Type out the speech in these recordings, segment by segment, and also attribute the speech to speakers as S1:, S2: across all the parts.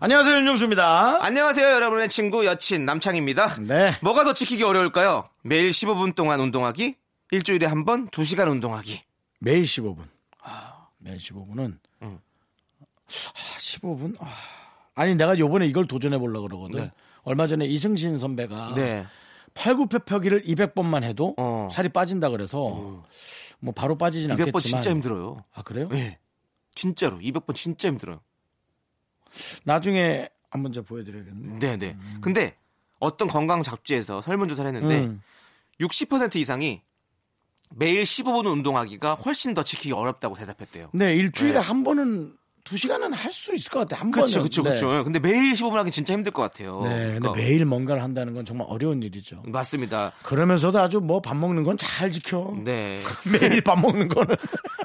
S1: 안녕하세요 윤정수입니다.
S2: 안녕하세요, 여러분의 친구 여친 남창입니다.
S1: 네.
S2: 뭐가 더 지키기 어려울까요? 매일 15분 동안 운동하기, 일주일에 한 번 2시간 운동하기.
S1: 매일 15분. 아, 매일 15분은 아, 15분. 아. 아니 내가 요번에 이걸 도전해 보려고 그러거든.
S2: 네.
S1: 얼마 전에 이승신 선배가
S2: 네.
S1: 팔굽혀펴기를 200번만 해도
S2: 어.
S1: 살이 빠진다 그래서 뭐 바로 빠지진
S2: 200번
S1: 않겠지만
S2: 진짜 힘들어요.
S1: 아 그래요?
S2: 예. 진짜로 200번 진짜 힘들어요.
S1: 나중에 한번 제가 보여드려야겠네.
S2: 네, 네. 근데 어떤 건강 잡지에서 설문 조사를 했는데
S1: 음.
S2: 60% 이상이 매일 15분 운동하기가 훨씬 더 지키기 어렵다고 대답했대요.
S1: 네
S2: 네.
S1: 일주일에 한 번은 두 시간은 할 수 있을 것 같아. 한
S2: 그렇죠,
S1: 번은.
S2: 그렇죠,
S1: 네.
S2: 그렇죠. 근데 매일 15분 하기 진짜 힘들 것 같아요.
S1: 네, 근데
S2: 그러니까
S1: 매일 뭔가를 한다는 건 정말 어려운 일이죠.
S2: 맞습니다.
S1: 그러면서도 아주 뭐 밥 먹는 건 잘 지켜.
S2: 네.
S1: 매일 밥 먹는 거는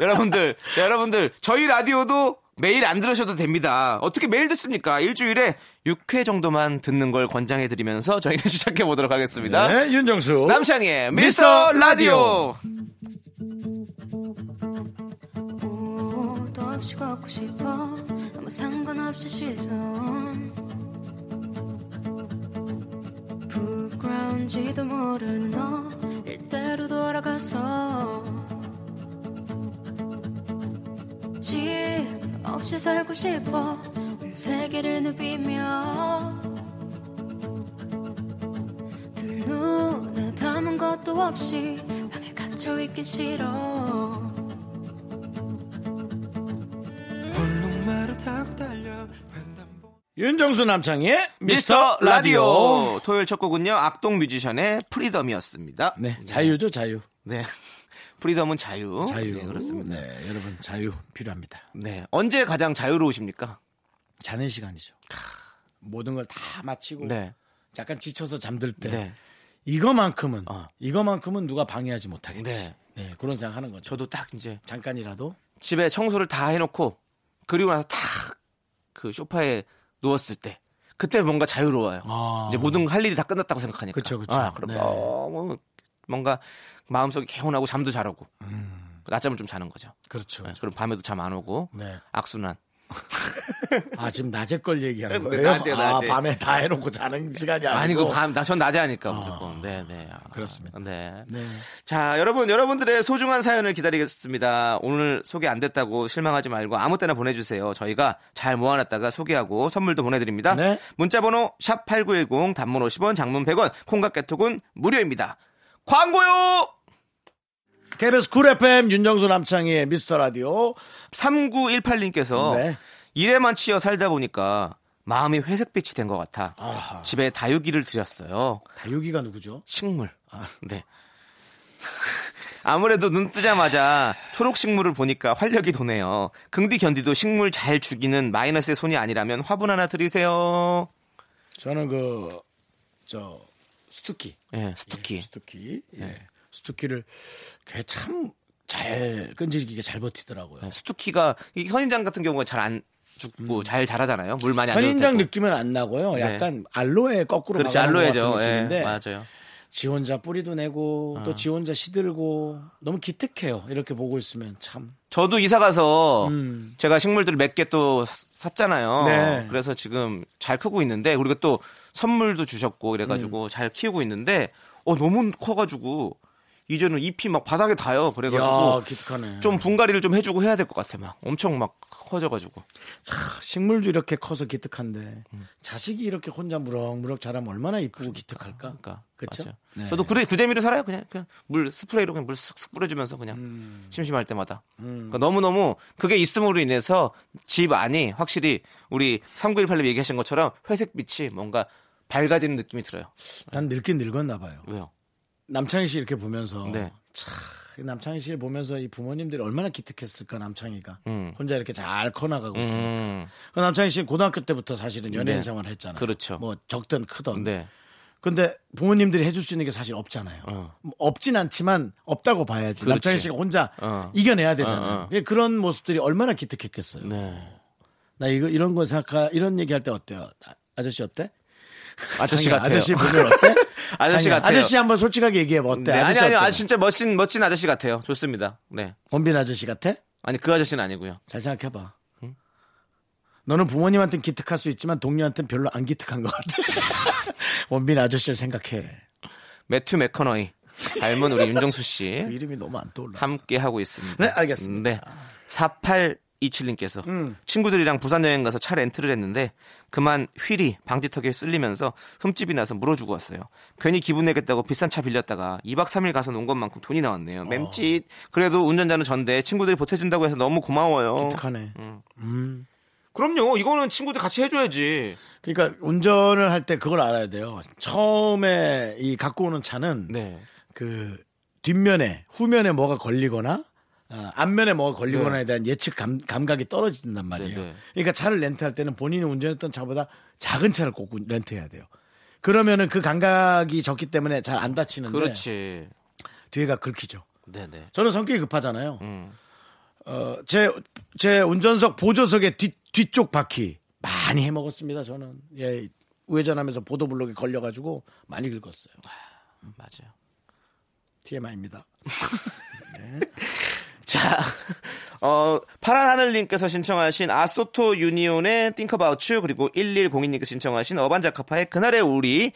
S2: 여러분들, 여러분들, 저희 라디오도 매일 안 들으셔도 됩니다. 어떻게 매일 듣습니까? 일주일에 6회 정도만 듣는 걸 권장해드리면서 저희는 시작해보도록 하겠습니다.
S1: 네, 윤정수.
S2: 남창희의 미스터 라디오!
S3: 옷도 없이 걷고 싶어 아무 상관없이 시선 부끄러운지도 모르는 너 일대로 돌아가서 집 없이 살고 싶어 온 세계를 누비며 두 눈에 담은 것도 없이 방에 갇혀 있기 싫어
S1: 윤정수 남창희의
S2: 미스터 라디오! 토요일 첫 곡은요, 악동 뮤지션의 프리덤이었습니다.
S1: 네, 자유죠, 자유.
S2: 네. 프리덤은 자유.
S1: 자유.
S2: 네, 그렇습니다. 네.
S1: 네, 여러분, 자유 필요합니다.
S2: 언제 가장 자유로우십니까?
S1: 자는 시간이죠. 모든 걸 다 마치고
S2: 네.
S1: 약간 지쳐서 잠들 때
S2: 네.
S1: 이거만큼은
S2: 어.
S1: 이거만큼은 누가 방해하지 못하겠지. 네.
S2: 네.
S1: 그런 생각하는 거죠.
S2: 저도 딱 이제
S1: 잠깐이라도
S2: 집에 청소를 다 해놓고 그리고 나서 탁 그 소파에 누웠을 때 그때 뭔가 자유로워요.
S1: 아.
S2: 이제 모든 할 일이 다 끝났다고 생각하니까.
S1: 그쵸, 그쵸.
S2: 아, 그럼
S1: 네.
S2: 너무 뭔가 마음속이 개운하고 잠도 잘 오고 낮잠을 좀 자는 거죠.
S1: 음. 그렇죠.
S2: 네, 그럼 밤에도 잠 안 오고
S1: 네.
S2: 악순환.
S1: 아 지금 낮에 걸 얘기하는
S2: 네,
S1: 거예요?
S2: 낮에,
S1: 아
S2: 낮에.
S1: 밤에 다 해놓고 자는 시간이 아니고. 아.
S2: 아니 그밤나전 낮에 하니까 무조건. 네, 네. 아,
S1: 그렇습니다.
S2: 네.
S1: 네.
S2: 자, 여러분, 여러분들의 소중한 사연을 기다리겠습니다. 오늘 소개 안 됐다고 실망하지 말고 아무 때나 보내주세요. 저희가 잘 모아놨다가 소개하고 선물도 보내드립니다.
S1: 네.
S2: 문자번호 샵8910 단문 50원, 장문 100원, 콩각개톡은 무료입니다. 광고요!
S1: KBS 쿨 FM 윤정수 남창희의 미스터 라디오.
S2: 3918님께서
S1: 네.
S2: 일에만 치여 살다 보니까 마음이 회색빛이 된 것 같아
S1: 아하.
S2: 집에 다육이를 들였어요.
S1: 다육이가 누구죠?
S2: 식물. 네. 아무래도 눈 뜨자마자 초록 식물을 보니까 활력이 도네요. 긍디 견디도 식물 잘 죽이는 마이너스의 손이 아니라면 화분 하나 드리세요.
S1: 저는 그, 저, 스투키.
S2: 예, 스투키.
S1: 스투키. 예. 스투키를 걔참잘 끈질기게 잘 버티더라고요.
S2: 예, 스투키가 이 선인장 같은 경우가 잘 안 죽고 잘 자라잖아요. 물 많이 안 줘도
S1: 선인장
S2: 되고.
S1: 음. 느낌은 안 나고요.
S2: 네.
S1: 약간 알로에 거꾸로
S2: 그렇지
S1: 막아놓은 것
S2: 알로에죠.
S1: 같은
S2: 예,
S1: 느낌인데
S2: 맞아요. 아.
S1: 지 혼자 뿌리도 내고 또 지 혼자 시들고 너무 기특해요. 이렇게 보고 있으면 참.
S2: 저도 이사 가서
S1: 음.
S2: 제가 식물들을 몇 개 또 샀잖아요.
S1: 네.
S2: 그래서 지금 잘 크고 있는데 우리가 또 선물도 주셨고 이래가지고
S1: 음.
S2: 잘 키우고 있는데 어 너무 커가지고 이제는 잎이 막 바닥에 닿아요.
S1: 야
S2: 그래가지고
S1: 기특하네.
S2: 좀 분갈이를 좀 해주고 해야 될 것 같아. 막 엄청 막 커져가지고
S1: 식물도 이렇게 커서 기특한데
S2: 음.
S1: 자식이 이렇게 혼자 무럭무럭 자라면 얼마나 이쁘고 기특할까?
S2: 그러니까
S1: 그쵸?
S2: 맞아요.
S1: 네.
S2: 저도 그래 그 재미로 살아요. 그냥 그냥 물 스프레이로 그냥 물 쓱쓱 뿌려주면서 그냥
S1: 음.
S2: 심심할 때마다. 그러니까 너무 너무 그게 있음으로 인해서 집 안이 확실히 우리 3918님 얘기하신 것처럼 회색빛이 뭔가 밝아지는 느낌이 들어요.
S1: 난 늙긴 늙었나 봐요.
S2: 왜요?
S1: 어, 남창희 씨 이렇게 보면서
S2: 네.
S1: 차 그 남창희 씨를 보면서 이 부모님들이 얼마나 기특했을까 남창희가 혼자 이렇게 잘 커나가고 있으니까
S2: 음,
S1: 그 남창희 씨는 고등학교 때부터 사실은 연예인
S2: 네.
S1: 생활을 했잖아요
S2: 그렇죠.
S1: 뭐 적든 크든
S2: 네.
S1: 근데 부모님들이 해줄 수 있는 게 사실 없잖아요.
S2: 어.
S1: 뭐 없진 않지만 없다고 봐야지.
S2: 그렇지.
S1: 남창희 씨가 혼자
S2: 어.
S1: 이겨내야 되잖아요.
S2: 어, 어.
S1: 예, 그런 모습들이 얼마나 기특했겠어요.
S2: 네.
S1: 나 이거 이런 거 생각하 이런 얘기할 때 어때요? 아- 아저씨 어때?
S2: 아저씨
S1: 장이야,
S2: 같아요.
S1: 아저씨 보면 어때?
S2: 아저씨
S1: 장이야,
S2: 같아요.
S1: 아저씨 한번 솔직하게 얘기해 봐.
S2: 네,
S1: 어때?
S2: 아니
S1: 아저씨
S2: 아니
S1: 어때?
S2: 아 진짜 멋진 멋진 아저씨 같아요. 좋습니다. 네.
S1: 원빈 아저씨 같아?
S2: 아니 그 아저씨는 아니고요.
S1: 잘 생각해 봐. 너는 부모님한테는 기특할 수 있지만 동료한테는 별로 안 기특한 것 같아. 원빈 아저씨를 생각해.
S2: 매튜 맥커너이 닮은 우리 윤정수 씨
S1: 그 이름이 너무 안 떠올라.
S2: 네. 함께 하고 있습니다.
S1: 네, 알겠습니다. 음.
S2: 네. 4827님께서 친구들이랑 부산 여행 가서 차 렌트를 했는데 그만 휠이 방지턱에 쓸리면서 흠집이 나서 물어주고 왔어요. 괜히 기분 내겠다고 비싼 차 빌렸다가 2박 3일 가서 논 것만큼 돈이
S1: 어.
S2: 나왔네요. 맴짓. 그래도 운전자는 전데 친구들이 보태준다고 해서 너무 고마워요.
S1: 기특하네.
S2: 음. 그럼요. 이거는 친구들 같이 해줘야지.
S1: 그러니까 운전을 할 때 그걸 알아야 돼요. 처음에 이 갖고 오는 차는
S2: 네.
S1: 그 뒷면에 후면에 뭐가 걸리거나 아, 앞면에 뭐가 걸리거나에 대한 예측 감, 감각이 떨어진단 말이에요.
S2: 네, 네.
S1: 그러니까 차를 렌트할 때는 본인이 운전했던 차보다 작은 차를 꼭 운- 렌트해야 돼요. 그러면은 그 감각이 적기 때문에 잘 안 다치는데
S2: 그렇지.
S1: 뒤에가 긁히죠.
S2: 네네.
S1: 저는 성격이 급하잖아요.
S2: 음.
S1: 어, 제, 제 운전석 보조석의 뒤, 뒤쪽 바퀴 많이 해 먹었습니다, 저는. 예, 우회전하면서 보도블록에 걸려가지고 많이 긁었어요.
S2: 네. 맞아요.
S1: TMI입니다.
S2: 자, 어, 파란 하늘님께서 신청하신 아소토 유니온의 Think About You 그리고 1102님께서 신청하신 어반자카파의 그날의 우리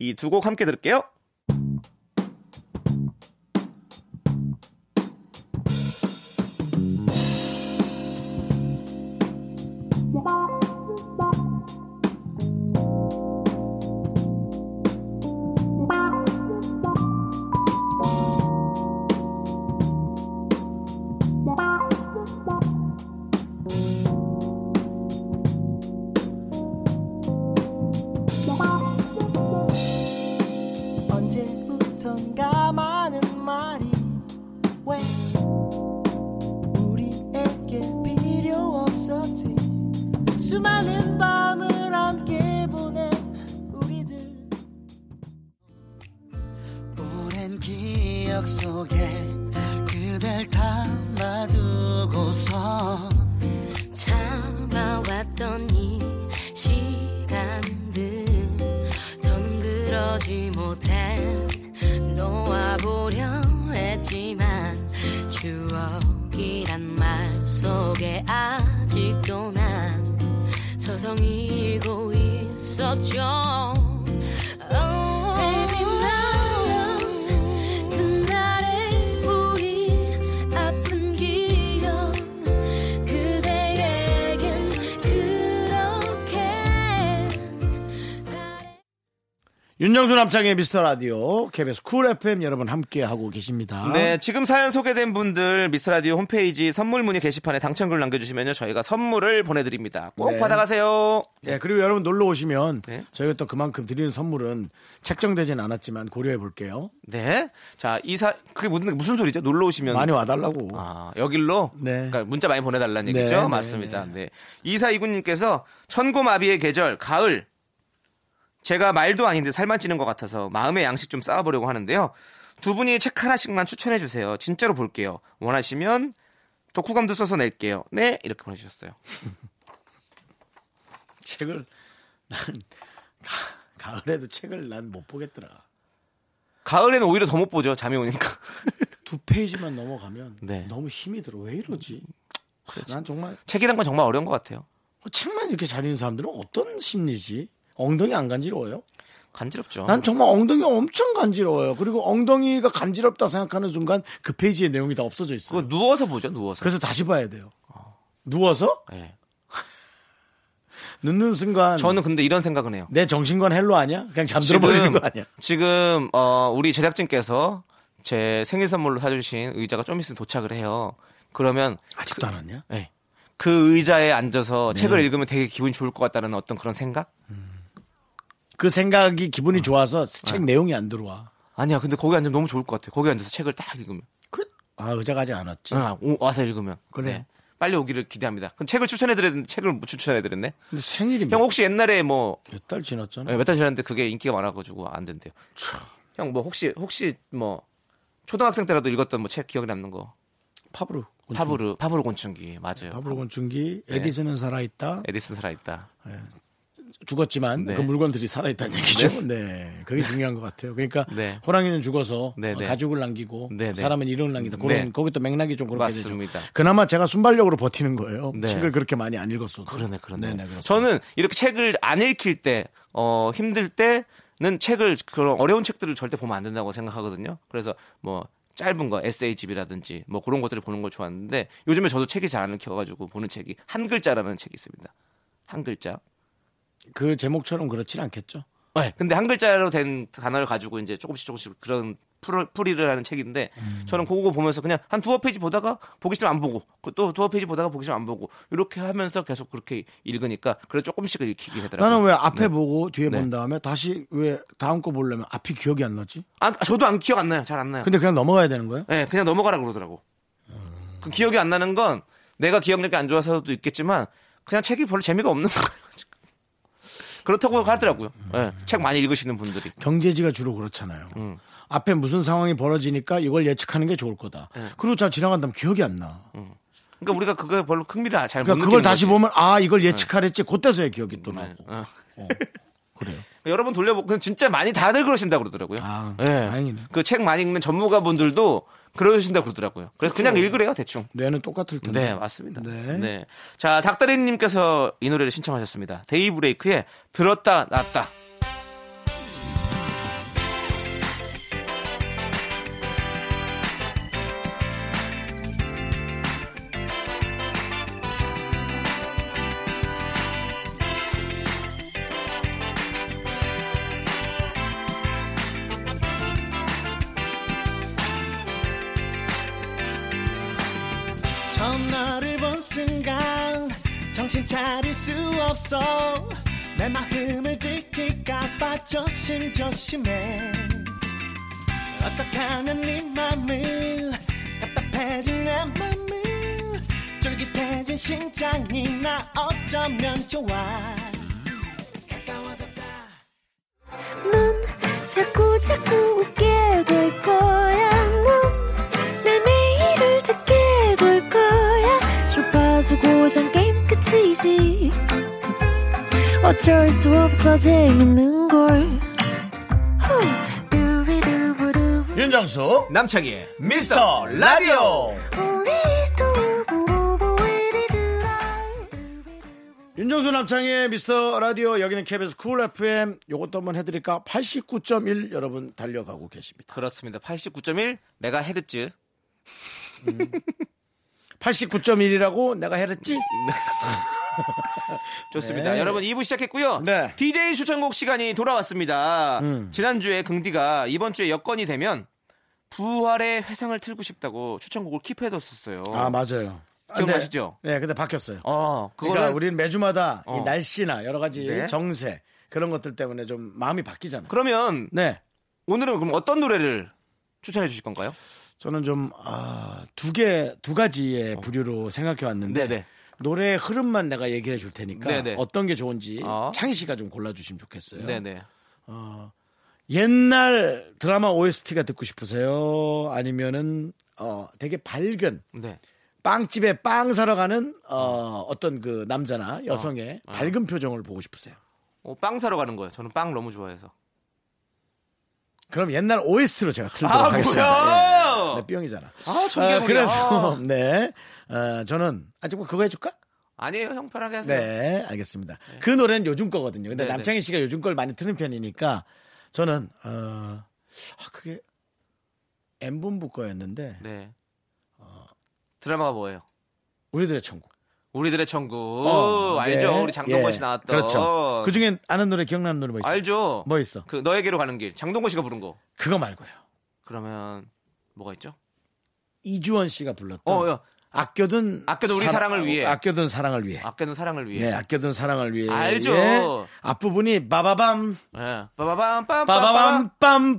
S2: 이 두 곡 함께 들을게요.
S4: 언제부턴가 많은 말이 왜 우리에게 필요 없었지 수많은 밤을 함께 보낸 우리들 오랜 기억 속에 그댈 담아두고서
S3: 참아왔던 이 시간들 덩그러지 못해 놓아보려 했지만 추억이란 말 속에 아직도 난 서성이고 있었죠 Oh, Baby, 나는 그날의 우리 아픈 기억 그대에겐 그렇게
S1: 윤정수 남창의 미스터 라디오, KBS 쿨 FM 여러분 함께하고 계십니다.
S2: 네, 지금 사연 소개된 분들 미스라디오 홈페이지 선물 문의 게시판에 당첨글 남겨주시면요. 저희가 선물을 보내드립니다. 꼭
S1: 네.
S2: 받아가세요.
S1: 예, 그리고 여러분 놀러 오시면
S2: 네.
S1: 저희가 또 그만큼 드리는 선물은 책정되진 않았지만 고려해 볼게요.
S2: 네. 자, 이사, 그게 무슨, 무슨 소리죠? 놀러 오시면.
S1: 많이 와달라고.
S2: 음. 아, 여길로?
S1: 네.
S2: 그러니까 문자 많이 보내달라는
S1: 네,
S2: 얘기죠?
S1: 네,
S2: 맞습니다. 네. 이사 이구님께서 천고마비의 계절, 가을. 제가 말도 아닌데 살만 찌는 것 같아서 마음의 양식 좀 쌓아보려고 하는데요. 두 분이 책 하나씩만 추천해주세요. 진짜로 볼게요. 원하시면 독후감도 써서 낼게요. 네. 이렇게 보내주셨어요.
S1: 책을 난 가, 을에도 책을 난 못 보겠더라.
S2: 가을에는 오히려 더 못 보죠. 잠이 오니까.
S1: 두 페이지만 넘어가면
S2: 네.
S1: 너무 힘이 들어. 왜 이러지? 난 정말 뭐
S2: 책이란 건 정말 어려운 것 같아요.
S1: 책만 이렇게 잘 읽는 사람들은 어떤 심리지? 엉덩이 안 간지러워요?
S2: 간지럽죠.
S1: 난 정말 엉덩이 엄청 간지러워요. 그리고 엉덩이가 간지럽다 생각하는 순간 그 페이지의 내용이 다 없어져
S2: 그거
S1: 있어요.
S2: 누워서 보죠. 누워서.
S1: 그래서 다시 봐야 돼요. 누워서
S2: 예.
S1: 눕는 순간
S2: 저는 근데 이런 생각은 해요.
S1: 내 정신관 헬로 아니야? 그냥 잠들어 버리는 거 아니야?
S2: 지금 어, 우리 제작진께서 제 생일 선물로 사주신 의자가 좀 있으면 도착을 해요. 그러면
S1: 아직도 안 왔냐?
S2: 네. 그 의자에 앉아서
S1: 네.
S2: 책을 읽으면 되게 기분이 좋을 것 같다는 어떤 그런 생각?
S1: 그 생각이 기분이 좋아서 책 내용이 안 들어와.
S2: 아니야. 근데 거기 앉으면 너무 좋을 것 같아. 거기 앉아서 책을 딱 읽으면.
S1: 그 아 의자가지 않았지.
S2: 아, 오, 와서 읽으면. 네.
S1: 그래.
S2: 빨리 오기를 기대합니다. 그럼 책을 추천해드렸는데 책을 못 추천해드렸네.
S1: 근데 생일이
S2: 형 혹시 옛날에 뭐
S1: 몇 달 지났잖아.
S2: 몇 달 지났는데 그게 인기가 많아가지고 안 된대요. 형 뭐 혹시 혹시 뭐 초등학생 때라도 읽었던 뭐 책 기억에 남는 거
S1: 파브르. 곤충.
S2: 파브르 파브르 곤충기 맞아요.
S1: 파브르 곤충기. 에디슨은 살아있다.
S2: 에디슨 살아있다.
S1: 죽었지만
S2: 네.
S1: 그 물건들이 살아있다는 얘기죠. 네. 그게 중요한 것 같아요. 그러니까
S2: 네.
S1: 호랑이는 죽어서
S2: 네,
S1: 어,
S2: 네.
S1: 가죽을 남기고
S2: 네, 네.
S1: 사람은 이론을 남긴다. 그런
S2: 네.
S1: 거기 또 맥락이 좀 그렇게
S2: 맞습니다.
S1: 되죠. 그나마 제가 순발력으로 버티는 거예요.
S2: 네.
S1: 책을 그렇게 많이 안 읽었어도.
S2: 그러네 그러네.
S1: 네네, 그렇습니다.
S2: 저는 이렇게 책을 안 읽힐 때 어, 힘들 때는 책을 그런 어려운 책들을 절대 보면 안 된다고 생각하거든요. 그래서 뭐 짧은 거 에세이집이라든지 뭐 그런 것들을 보는 걸 좋아하는데 요즘에 저도 책이 잘 안 읽혀가지고 보는 책이 한 글자라는 책이 있습니다. 한 글자.
S1: 그 제목처럼 그렇진 않겠죠.
S2: 네. 근데 한 글자로 된 단어를 가지고 이제 조금씩 조금씩 그런 풀- 풀이를 하는 책인데
S1: 음.
S2: 저는 그거 보면서 그냥 한 두어 페이지 보다가 보기 싫으면 안 보고 그또 두어 페이지 보다가 보기 싫으면 안 보고 이렇게 하면서 계속 그렇게 읽으니까 그래 조금씩 읽히게 되더라고요.
S1: 나는 왜 앞에
S2: 네.
S1: 보고 뒤에
S2: 네.
S1: 본 다음에 다시 왜 다음 거 보려면 앞이 기억이 안 나지?
S2: 안- 아, 저도 안 기억 안 나요. 잘 안 나요.
S1: 근데 그냥 넘어가야 되는 거예요?
S2: 예, 그냥 넘어가라 그러더라고.
S1: 음.
S2: 그 기억이 안 나는 건 내가 기억력이 안 좋아서도 있겠지만 그냥 책이 별로 재미가 없는 거예요. 지금. 그렇다고 하더라고요.
S1: 음.
S2: 예, 책 많이 읽으시는 분들이.
S1: 경제지가 주로 그렇잖아요.
S2: 음.
S1: 앞에 무슨 상황이 벌어지니까 이걸 예측하는 게 좋을 거다.
S2: 네.
S1: 그리고 잘 지나간다면 기억이 안 나.
S2: 그러니까 우리가 그거에 별로 흥미를 잘못
S1: 그러니까
S2: 느끼는
S1: 그걸 다시
S2: 거지.
S1: 보면 아 이걸 예측하랬지 그때서야 기억이 또
S2: 네,
S1: 나고
S2: 어.
S1: 그래요.
S2: 여러분 돌려보 그 진짜 많이 다들 그러신다 그러더라고요.
S1: 아
S2: 예.
S1: 다행이네.
S2: 그 책 많이 읽는 전문가분들도 그러신다 그러더라고요. 그래서 그냥 읽으래요, 대충.
S1: 뇌는 똑같을 텐데.
S2: 네, 맞습니다.
S1: 네.
S2: 네. 자, 닭다리님께서 이 노래를 신청하셨습니다. 데이브레이크의 들었다 놨다.
S5: 처음 너를 본 순간 정신 차릴 수 없어 내 마음을 들킬까봐 조심조심해 어떻게 하면 네 맘을 답답해진 내 맘을 쫄깃해진 심장이 나 어쩌면 좋아
S3: 넌 자꾸 자꾸 웃게 될 거야. 넌내 매일을 듣게 될 거야. 주파수 고정 게임 끝이지. 어쩔 수 없어 재밌는 걸. 후. 두비두부두.
S1: 윤정수
S2: 남창희의
S1: 미스터 라디오.
S3: 우리 두부부부 우리들아.
S1: 윤정수 남창의 미스터 라디오 여기는 KBS 쿨 FM 요것도 한번 해드릴까? 89.1 여러분 달려가고 계십니다.
S2: 그렇습니다. 89.1 메가헤르츠.
S1: 89.1이라고 내가 해랬지?
S2: 음. 좋습니다.
S1: 네.
S2: 여러분 2부 시작했고요.
S1: 네. 음.
S2: DJ 추천곡 시간이 돌아왔습니다. 지난주에 긍디가 이번 주에 여건이 되면 부활의 회상을 틀고 싶다고 추천곡을 킵해뒀었어요.
S1: 아 맞아요. 아,
S2: 기억나시죠?
S1: 네, 근데 바뀌었어요.
S2: 어, 그거는
S1: 그러니까 우리는 매주마다 이
S2: 어.
S1: 날씨나 여러 가지
S2: 네.
S1: 정세 그런 것들 때문에 좀 마음이 바뀌잖아요.
S2: 그러면
S1: 네.
S2: 오늘은 그럼 어떤 노래를 추천해 주실 건가요?
S1: 저는 좀, 아, 두 개, 두 가지의 부류로 생각해 왔는데.
S2: 어. 네네.
S1: 노래의 흐름만 내가 얘기해 줄 테니까.
S2: 네네.
S1: 어떤 게 좋은지
S2: 어.
S1: 창희 씨가 좀 골라주시면 좋겠어요.
S2: 네네.
S1: 옛날 드라마 OST가 듣고 싶으세요? 아니면은, 어, 되게 밝은
S2: 네.
S1: 빵집에 빵 사러 가는, 어, 어떤 그 남자나 여성의 밝은 표정을 보고 싶으세요?
S2: 어, 빵 사러 가는 거예요. 저는 빵 너무 좋아해서.
S1: 그럼 옛날 OST로 제가 틀도록
S2: 아,
S1: 하겠습니다.
S2: 뭐야!
S1: 네, 뿅이잖아.
S2: 아, 청개구리야. 아.
S1: 그래서, 네. 어, 저는, 아, 좀 그거 해줄까?
S2: 아니에요, 형 편하게 하세요.
S1: 네, 알겠습니다. 그 노래는 요즘 거거든요. 근데
S2: 네,
S1: 남창희 씨가 요즘 걸 많이 트는 편이니까 저는 어, 아 그게 엠본부 거였는데
S2: 네. 드라마가 뭐예요?
S1: 우리들의 천국.
S2: 우리들의 천국.
S1: 어,
S2: 알죠?
S1: 네.
S2: 우리 장동건
S1: 예,
S2: 씨 나왔던.
S1: 그렇죠. 그 중에 아는 노래 기억나는 노래 뭐 있어요?
S2: 알죠?
S1: 뭐 있어?
S2: 그 너에게로 가는 길. 장동건 씨가 부른 거.
S1: 그거 말고요.
S2: 그러면 뭐가 있죠?
S1: 이주원 씨가 불렀던
S2: 어, 야.
S1: 아껴둔
S2: 아껴둔 우리 사랑을 위해.
S1: 아껴둔 사랑을 위해.
S2: 아껴둔 사랑을 위해.
S1: 네, 아껴둔 사랑을 위해.
S2: 알죠.
S1: 앞부분이 바바밤
S2: 예. 빠바밤 빰빰빰.
S1: 빠바밤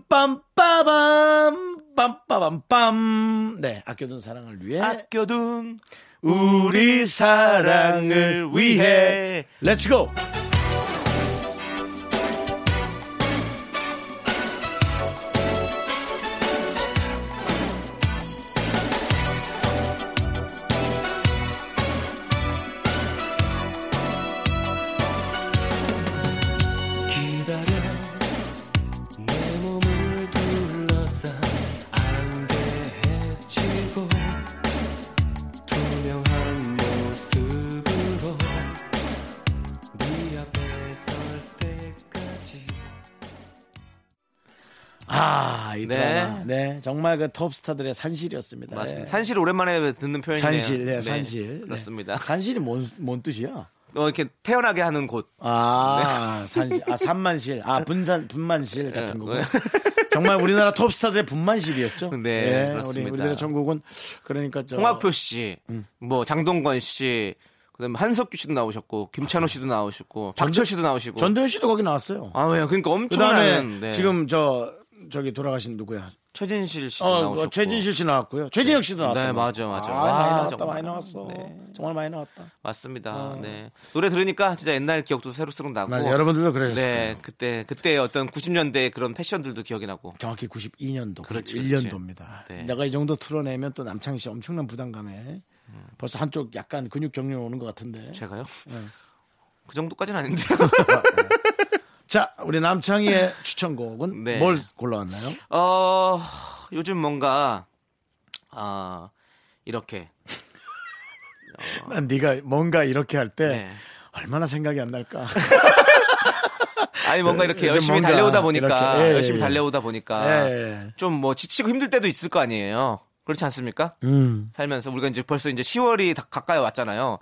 S1: 빰빰 빠밤 빰빠밤빰. 네, 아껴둔 사랑을 위해
S2: 아껴둔
S1: 우리 사랑을 위해 렛츠고
S4: 기다려 내 몸을 둘러싼 안개 헤치고 투명한 모습으로 네 앞에 설 때까지
S1: 아, 이
S2: 네.
S1: 드라마. 네. 정말 그 톱스타들의 산실이었습니다.
S2: 맞습니다.
S1: 네.
S2: 산실 오랜만에 듣는 표현이네요.
S1: 산실, 네,
S2: 네,
S1: 산실. 네.
S2: 그렇습니다.
S1: 산실이 뭔, 뭔 뜻이야?
S2: 어, 이렇게 태어나게 하는 곳.
S1: 아, 산실, 아, 산만실, 아, 분산, 분만실 같은 거고.
S2: 네.
S1: 정말 우리나라 톱스타들의 분만실이었죠.
S2: 네, 그렇습니다.
S1: 우리, 우리나라 전국은 그러니까 저
S2: 홍학표 씨,
S1: 음.
S2: 뭐 장동건 씨, 그다음에 한석규 씨도 나오셨고 김찬호 씨도 나오셨고 박철 씨도 나오시고.
S1: 전도현 씨도 거기 나왔어요.
S2: 아, 왜요? 그러니까
S1: 그다음에
S2: 엄청난 네.
S1: 지금 저 저기 돌아가신 누구야?
S2: 최진실 씨도
S1: 어,
S2: 나오셨고.
S1: 그 최진실 씨 나왔고요. 최진혁 씨도 나왔고.
S2: 네, 맞아, 맞아.
S1: 아,
S2: 와,
S1: 많이 나왔다,
S2: 정말.
S1: 많이 나왔어.
S2: 네.
S1: 정말 많이 나왔다.
S2: 맞습니다. 네. 노래 들으니까 진짜 옛날 기억도 새록새록 나고.
S1: 어. 맞아, 여러분들도 그러셨을
S2: 뭐, 네, 그때 그때 어떤 90년대 그런 패션들도 기억이 나고.
S1: 정확히 92년도,
S2: 그렇지,
S1: 91년도입니다.
S2: 그렇지. 네.
S1: 내가 이 정도 틀어내면 또 남창희 씨 엄청난 부담감에 벌써 한쪽 약간 근육 경련 오는 것 같은데.
S2: 제가요?
S1: 네.
S2: 그 정도까지는 아닌데요.
S1: 자, 우리 남창희의 추천곡은
S2: 네.
S1: 뭘 골라왔나요?
S2: 어, 요즘 뭔가 아, 이렇게
S1: 난 네가 뭔가 이렇게 할 때
S2: 네.
S1: 얼마나 생각이 안 날까.
S2: 아니 뭔가 이렇게
S1: 네, 요즘
S2: 열심히
S1: 뭔가
S2: 달려오다 보니까
S1: 이렇게, 예, 예,
S2: 열심히
S1: 예.
S2: 달려오다 보니까
S1: 예.
S2: 좀 뭐 지치고 힘들 때도 있을 거 아니에요. 그렇지 않습니까?
S1: 음.
S2: 살면서 우리가 이제 벌써 이제 10월이 다 가까이 왔잖아요.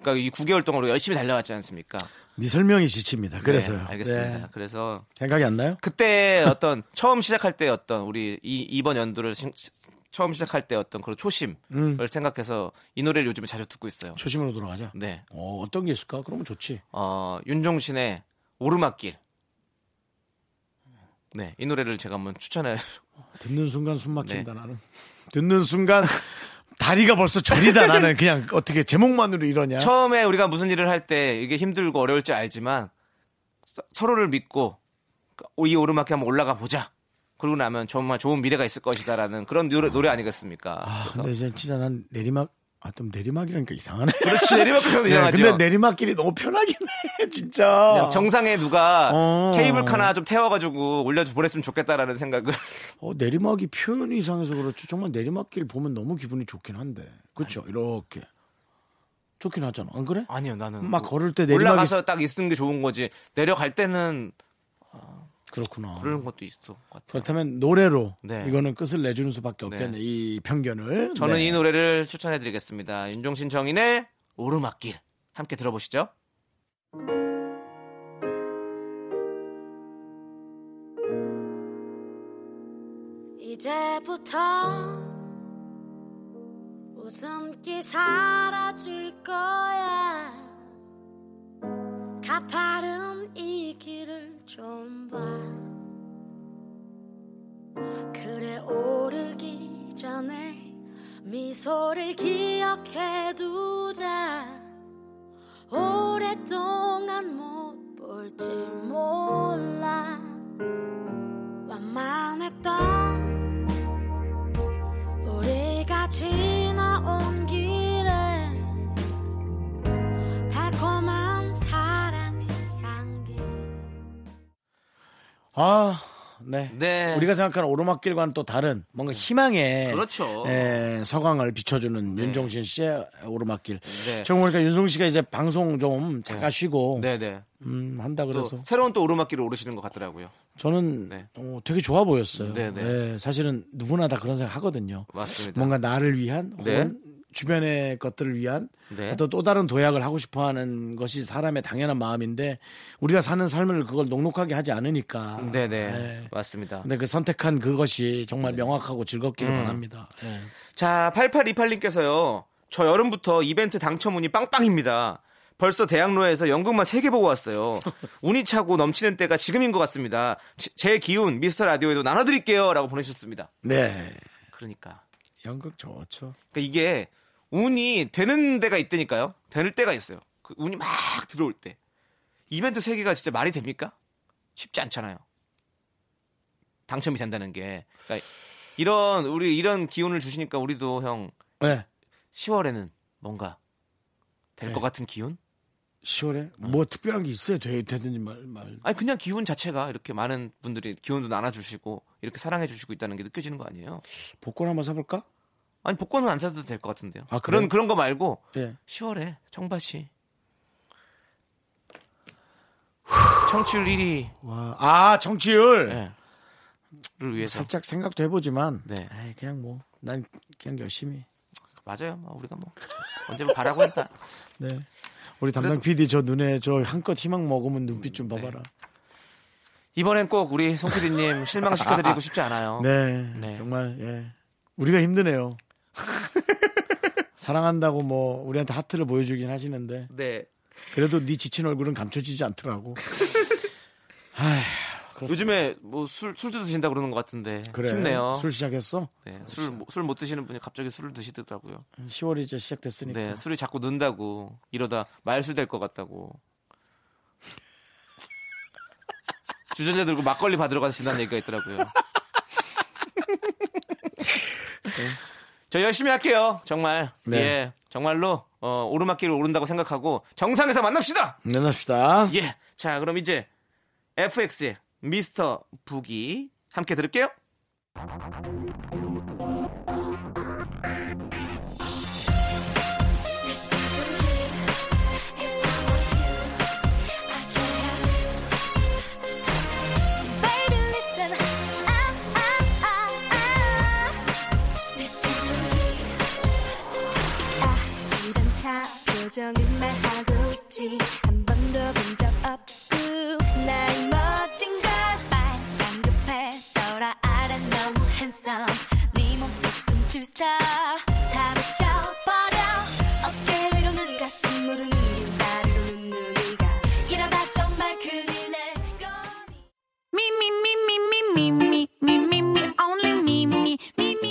S2: 그러니까 이 9개월 동안 우리가 열심히 달려왔지 않습니까?
S1: 네 설명이 지칩니다. 그래서요.
S2: 네, 알겠습니다.
S1: 네.
S2: 그래서
S1: 생각이 안 나요?
S2: 그때 어떤 처음 시작할 때 어떤 우리 이 이번 연도를 시- 처음 시작할 때 어떤 그런 초심을
S1: 음.
S2: 생각해서 이 노래를 요즘에 자주 듣고 있어요.
S1: 초심으로 돌아가자.
S2: 네.
S1: 어, 어떤 게 있을까? 그러면 좋지.
S2: 어, 윤종신의 오르막길. 네, 이 노래를 제가 한번 추천해.
S1: 네? 듣는 순간 숨 막힌다 나는. 듣는 순간 다리가 벌써 저리다 나는 그냥 어떻게 제목만으로 이러냐.
S2: 처음에 우리가 무슨 일을 할 때 이게 힘들고 어려울 줄 알지만 서- 서로를 믿고 이 오르막길 한번 올라가 보자. 그러고 나면 정말 좋은 미래가 있을 것이다라는 그런 노래, 노래 아니겠습니까?
S1: 아,
S2: 그래서
S1: 근데 이제 진짜 난 내리막 아, 좀 내리막이라니까 이상하네.
S2: 그렇지 내리막길도 이상하죠.
S1: 근데 내리막길이 너무 편하긴 해, 진짜.
S2: 그냥 정상에 누가
S1: 어.
S2: 케이블 카나 좀 태워가지고 올려 보냈으면 좋겠다라는 생각을
S1: 어, 내리막이 표현이 이상해서 그렇지. 정말 내리막길 보면 너무 기분이 좋긴 한데. 그렇죠. 이렇게. 좋긴 하잖아. 안 그래?
S2: 아니요 나는
S1: 막
S2: 그-
S1: 걸을 때 내리막이
S2: 올라가서 딱 있는 게 좋은 거지 내려갈 때는
S1: 그렇구나.
S2: 그런 것도 있을 것 같아요.
S1: 그렇다면 노래로
S2: 네.
S1: 이거는 끝을 내주는 수밖에 없겠네.
S2: 네.
S1: 이 편견을.
S2: 저는
S1: 네.
S2: 이 노래를 추천해드리겠습니다. 윤종신 정인의 오르막길 함께 들어보시죠.
S6: 이제부터 웃음기 사라질 거야 가파른 이 길을 좀 봐 그래 오르기 전에 미소를 기억해 두자 오랫동안 못 볼지 몰라 완만했던 우리가 지나온 길에 달콤한 사랑의 향기
S1: 아, 네.
S2: 네.
S1: 우리가 생각하는 오르막길과는 또 다른 뭔가 희망의
S2: 그렇죠.
S1: 예, 서광을 비춰주는 윤종신 씨의 오르막길.
S2: 네.
S1: 지금 보니까 윤종 씨가 이제 방송 좀 잠깐 쉬고
S2: 네네.
S1: 음, 한다 그래서
S2: 또 새로운 또 오르막길을 오르시는 것 같더라고요.
S1: 저는
S2: 네.
S1: 어, 되게 좋아 보였어요.
S2: 네, 네.
S1: 예, 사실은 누구나 다 그런 생각 하거든요.
S2: 맞습니다.
S1: 뭔가 나를 위한 혹은
S2: 네.
S1: 주변의 것들을 위한
S2: 네.
S1: 어떤 또 다른 도약을 하고 싶어하는 것이 사람의 당연한 마음인데 우리가 사는 삶을 그걸 넉넉하게 하지 않으니까.
S2: 네네.
S1: 예.
S2: 맞습니다. 네. 음.
S1: 근데 그 선택한 그것이 정말 명확하고 즐겁기를 바랍니다. 예.
S2: 자, 8828님께서요. 저 여름부터 이벤트 당첨운이 빵빵입니다. 벌써 대학로에서 연극만 3개 보고 왔어요. 운이 차고 넘치는 때가 지금인 것 같습니다. 지- 제 기운 미스터 라디오에도 나눠드릴게요. 라고 보내주셨습니다.
S1: 네.
S2: 그러니까.
S1: 연극 좋죠.
S2: 그러니까 이게 운이 되는 데가 있다니까요. 되는 때가 있어요. 그 운이 막 들어올 때. 이벤트 세개가 진짜 말이 됩니까? 쉽지 않잖아요. 당첨이 된다는 게. 그러니까 이런, 우리 이런 기운을 주시니까 우리도 형
S1: 네.
S2: 10월에는 뭔가 될 것 같은 기운?
S1: 10월에
S2: 네.
S1: 뭐 특별한 게 있어요? 되, 되든지 말, 말.
S2: 아니 그냥 기운 자체가 이렇게 많은 분들이 기운도 나눠주시고 이렇게 사랑해주시고 있다는 게 느껴지는 거 아니에요?
S1: 복권 한번 사볼까?
S2: 아니 복권은 안 사도 될 것 같은데요.
S1: 아, 그래요?
S2: 그런 그런 거 말고
S1: 예.
S2: 10월에 청바시 청취율 1위를 네.
S1: 와. 아, 정치율.
S2: 위해서
S1: 살짝 생각도 해보지만.
S2: 네.
S1: 에이, 그냥 뭐. 난 그냥 열심히.
S2: 맞아요. 뭐 우리가 뭐 언제 뭐 바라고 했다.
S1: 네. 우리 담당 PD 저 눈에 저 한껏 희망 먹으면 눈빛 좀
S2: 네.
S1: 봐봐라.
S2: 이번엔 꼭 우리 송PD님 실망시켜드리고 싶지 않아요.
S1: 네,
S2: 네.
S1: 정말 예. 우리가 힘드네요. 사랑한다고 뭐 우리한테 하트를 보여주긴 하시는데
S2: 네.
S1: 그래도 네 지친 얼굴은 감춰지지 않더라고.
S2: 요즘에 뭐 술 술도 드신다 그러는 것 같은데
S1: 그래.
S2: 힘내요.
S1: 술 시작했어?
S2: 네, 술술 못 드시는 분이 갑자기 술을 드시더라고요.
S1: 10월이 이제 시작됐으니까.
S2: 네, 술이 자꾸 는다고 이러다 말술 될 것 같다고. 주전자 들고 막걸리 받으러 가신다는 얘기가 있더라고요. 네. 저 열심히 할게요. 정말.
S1: 네.
S2: 예. 정말로 어, 오르막길을 오른다고 생각하고 정상에서 만납시다.
S1: 내놔시다.
S2: 예. 자, 그럼 이제 FX의 미스터 부기 함께 들을게요.
S7: Baby, listen.
S6: 아,
S7: Ah, ah, ah, ah. Listen to me. 아, 이런 다 표정은 말하고 있지. 한 번도 본 적 없고. 나의 멋진 걸 빨간 그 패서라 알아. 너무 handsome. 네 몸도 숨틀싸. 다 부셔버려. 어깨 위로는 가슴 무릎은 이다리로는 눈이가. 이러다 정말 큰일 날 거니.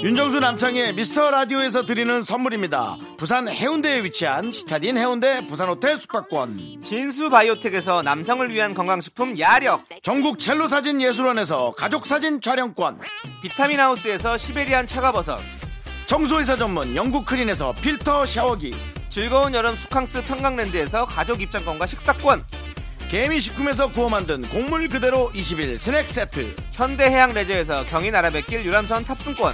S1: 윤정수 남창의 미스터 라디오에서 드리는 선물입니다. 부산 해운대에 위치한 시타딘 해운대 부산 호텔 숙박권.
S2: 진수 바이오텍에서 남성을 위한 건강식품 야력.
S1: 전국 첼로 사진 예술원에서 가족 사진 촬영권.
S2: 비타민 하우스에서 시베리안 차가버섯.
S1: 청소회사 전문 영국 크린에서 필터 샤워기.
S2: 즐거운 여름 수캉스 평강랜드에서 가족 입장권과 식사권
S1: 개미식품에서 구워 만든 곡물 그대로 20일 스낵 세트
S2: 현대해양 레저에서 경인아라뱃길 유람선 탑승권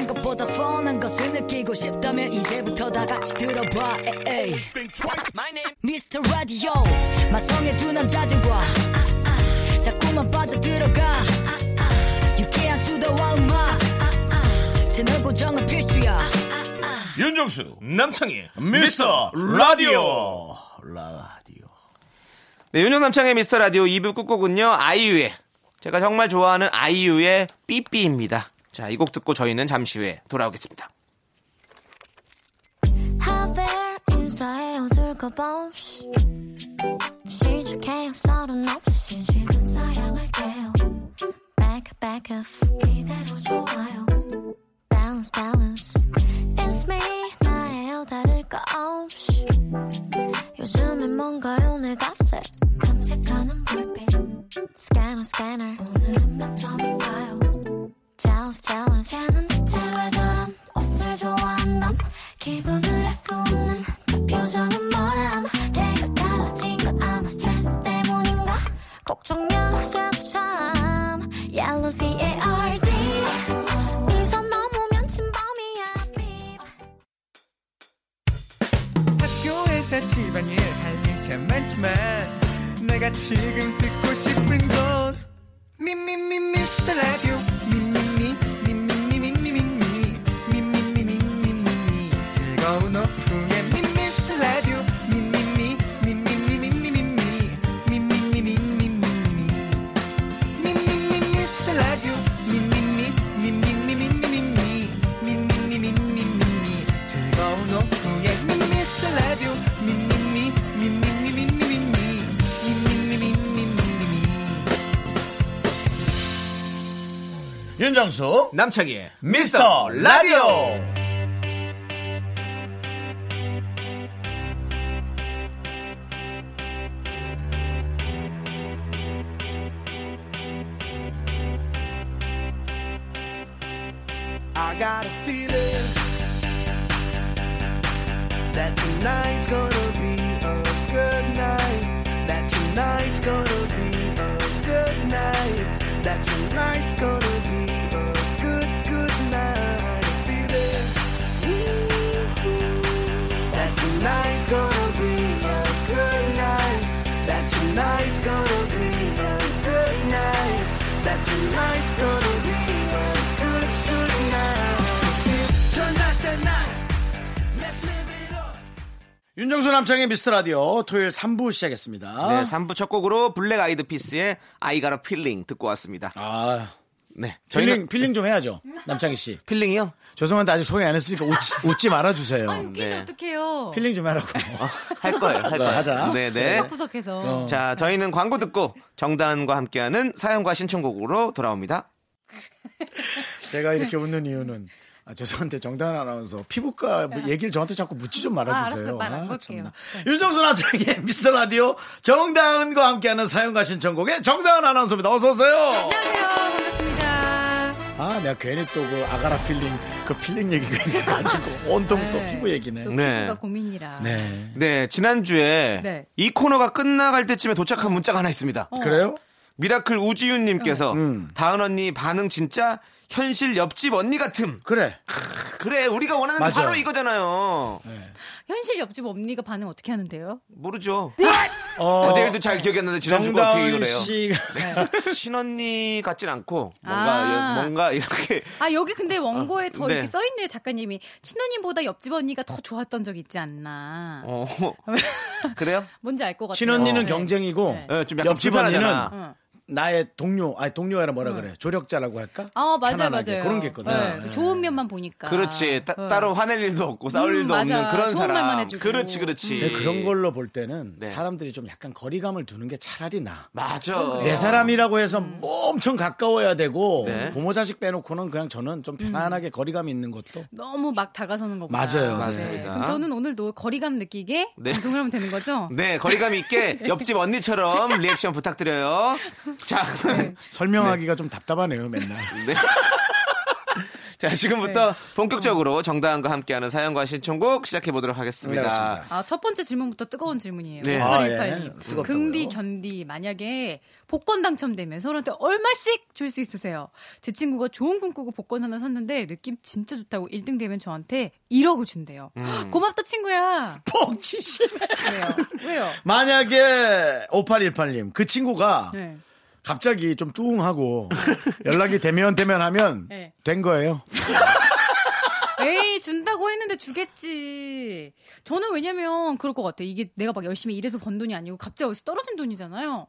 S8: 것보다 뻔한 것을 느끼고 싶다면 이제부터 다 같이 들어봐 에이. Mr. Radio 마성의 두 남자들과 자꾸만 빠져들어가 유쾌한 수다와 음악 채널 고정은 필수야
S9: 윤정수 남창희
S1: 미스터 라디오 라디오
S2: 네, 윤영남창의 미스터라디오 2부 끝곡은요 아이유의 제가 정말 좋아하는 아이유의 삐삐입니다 자 이 곡 듣고 저희는 잠시 후에 돌아오겠습니다
S7: How there 인사해요 둘거보시 실축해요 서른 없이 진심은 사양할게요 Back back off 이대로 좋아요 Balance balance It's me 나예요 다를 거 없이 요즘엔 뭔가요 내 가슴 탐색하는 불빛 Scanner scanner 오늘은 몇 점인가요 Jealous, jealous. 쟤는 대체 왜 저런 옷을 좋아한담? 기분을 알 수 없는 저 표정은 뭐람? 네 내가 달라진 건 아마 스트레스 때문인가? 걱정 여자도 참. Yellow C-A-R-D. 이선 넘으면 침범이야, 삐.
S10: 학교에서 집안일 할 일 참 많지만 내가 지금 듣고 싶은 건 미미미 미스터 라디오 미미미
S8: 윤정수
S2: 남창희의
S8: 미스터 라디오
S4: I got a feeling that tonight's gonna be a good night. That tonight's gonna be a good night. That tonight's gonna be a good, good night. Feeling ooh, that tonight's gonna be a good night. That tonight's gonna be a good night. That tonight's gonna be a good, good night. Tonight's the night. Let's live it up.
S1: 윤정수 남창의 미스터 라디오 토요일 3부 시작했습니다.
S2: 네, 3부 첫 곡으로 블랙 아이드 피스의 I got a feeling 듣고 왔습니다.
S1: 아,
S2: 네.
S1: 필링 필링 좀 해야죠. 남창희 씨.
S2: 필링이요?
S1: 죄송한데 아직 소개 안 했으니까 웃지, 웃지 말아 주세요.
S11: 웃기면
S2: 네.
S11: 어떡해요.
S1: 필링 좀 하라고.
S2: 할 거예요. 할 거예요.
S1: 하자.
S2: 네, 네.
S1: 어.
S11: 구석구석해서.
S2: 자, 저희는 광고 듣고 정다은과 함께하는 사연과 신청곡으로 돌아옵니다.
S1: 제가 이렇게 웃는 이유는 아, 죄송한데 정단 아나운서 피부과 뭐 얘기를 저한테 자꾸 묻지 좀 말아주세요.
S11: 알았어, 말안 걸게요.
S1: 참나. 윤정수 남창의 미스터 라디오 정다은과 함께하는 사연과 신청곡의 정다은 아나운서입니다. 어서 오세요.
S11: 안녕하세요. 반갑습니다.
S1: 아, 내가 괜히 또 그 아가라 필링 그 필링 얘기 괜히 해가지고 온통 또 피부 얘기네.
S11: 또
S2: 네.
S11: 피부가 고민이라.
S1: 네.
S2: 네, 지난주에
S11: 네.
S2: 이 코너가 끝나갈 때쯤에 도착한 문자가 하나 있습니다.
S11: 어.
S1: 그래요?
S2: 미라클 우지윤님께서
S1: 음.
S2: 다은 언니 반응 진짜 현실 옆집 언니 같음.
S1: 그래.
S2: 그래, 우리가 원하는 게
S1: 맞아. 네.
S2: 바로 이거잖아요.
S11: 현실 옆집 언니가 반응 어떻게 하는데요?
S2: 모르죠.
S1: 어,
S2: 어, 제 일도 잘 기억이 안 나는데 지난주가 뭐 어떻게
S1: 정다은
S2: 이래요? 네.
S1: 씨가
S2: 신언니 같진 않고 뭔가
S11: 아.
S2: 여- 뭔가 이렇게
S11: 아 여기 근데 원고에
S1: 어,
S11: 더
S2: 네.
S11: 이렇게 써있네요 작가님이 친언니보다 옆집 언니가 더 좋았던 적 있지 않나.
S2: 어, 그래요?
S11: 뭔지 알 것 같아요.
S1: 친언니는
S11: 네.
S1: 경쟁이고
S11: 네.
S2: 예, 좀 약간
S1: 옆집 언니는
S2: 불편하잖아.
S11: 응.
S1: 나의 동료, 아니 동료가 아니라 뭐라 그래? 조력자라고 할까?
S11: 아 맞아요
S1: 편안하게.
S11: 맞아요.
S1: 그런 게 있거든.
S11: 네,
S1: 요
S11: 그 좋은 면만 보니까.
S2: 그렇지 따,
S11: 어.
S2: 따로 화낼 일도 없고 싸울
S11: 음,
S2: 일도
S11: 맞아.
S2: 없는 그런
S11: 좋은 말만
S2: 사람
S11: 해주고.
S2: 그렇지 그렇지
S1: 근데 네, 그런 걸로 볼 때는
S2: 네.
S1: 사람들이 좀 약간 거리감을 두는 게 차라리 나.
S2: 맞아
S11: 네.
S1: 내 사람이라고 해서
S11: 음.
S1: 뭐 엄청 가까워야 되고
S2: 네.
S1: 부모 자식 빼놓고는 그냥 저는 좀
S11: 음.
S1: 편안하게 거리감이 있는 것도
S11: 너무 막 다가서는 거구나. 네.
S1: 맞아요.
S2: 맞습니다.
S11: 그럼 저는 오늘도 거리감 느끼게
S2: 네.
S11: 방송을 하면 되는 거죠?
S2: 네 거리감 있게 옆집 언니처럼 리액션 부탁드려요 자
S11: 네.
S2: 그럼
S1: 설명하기가 좀 답답하네요 맨날.
S2: 네. 자 지금부터
S11: 네.
S2: 본격적으로 정다은과 함께하는 사연과 신청곡 시작해 보도록
S1: 네,
S2: 하겠습니다
S1: 그렇습니다.
S11: 아, 첫 번째 질문부터 뜨거운 질문이에요.
S2: 네.
S1: 아,
S11: 818님.
S1: 예. 뜨겁다고요?
S11: 긍디, 견디, 만약에 복권 당첨되면 서로한테 얼마씩 줄 수 있으세요? 제 친구가 좋은 꿈 꾸고 복권 하나 샀는데 느낌 진짜 좋다고 1등 되면 저한테 1억을 준대요. 헉,
S2: 음.
S11: 고맙다, 친구야.
S1: 뻥치시.
S11: 왜요? 왜요?
S1: 만약에 5818님 그 친구가
S11: 네.
S1: 갑자기 좀 뚱하고 연락이 되면 되면 하면
S11: 네.
S1: 된 거예요.
S11: 에이 준다고 했는데 주겠지. 저는 왜냐면 그럴 것 같아. 이게 내가 막 열심히 일해서 번 돈이 아니고 갑자기 어디서 떨어진 돈이잖아요.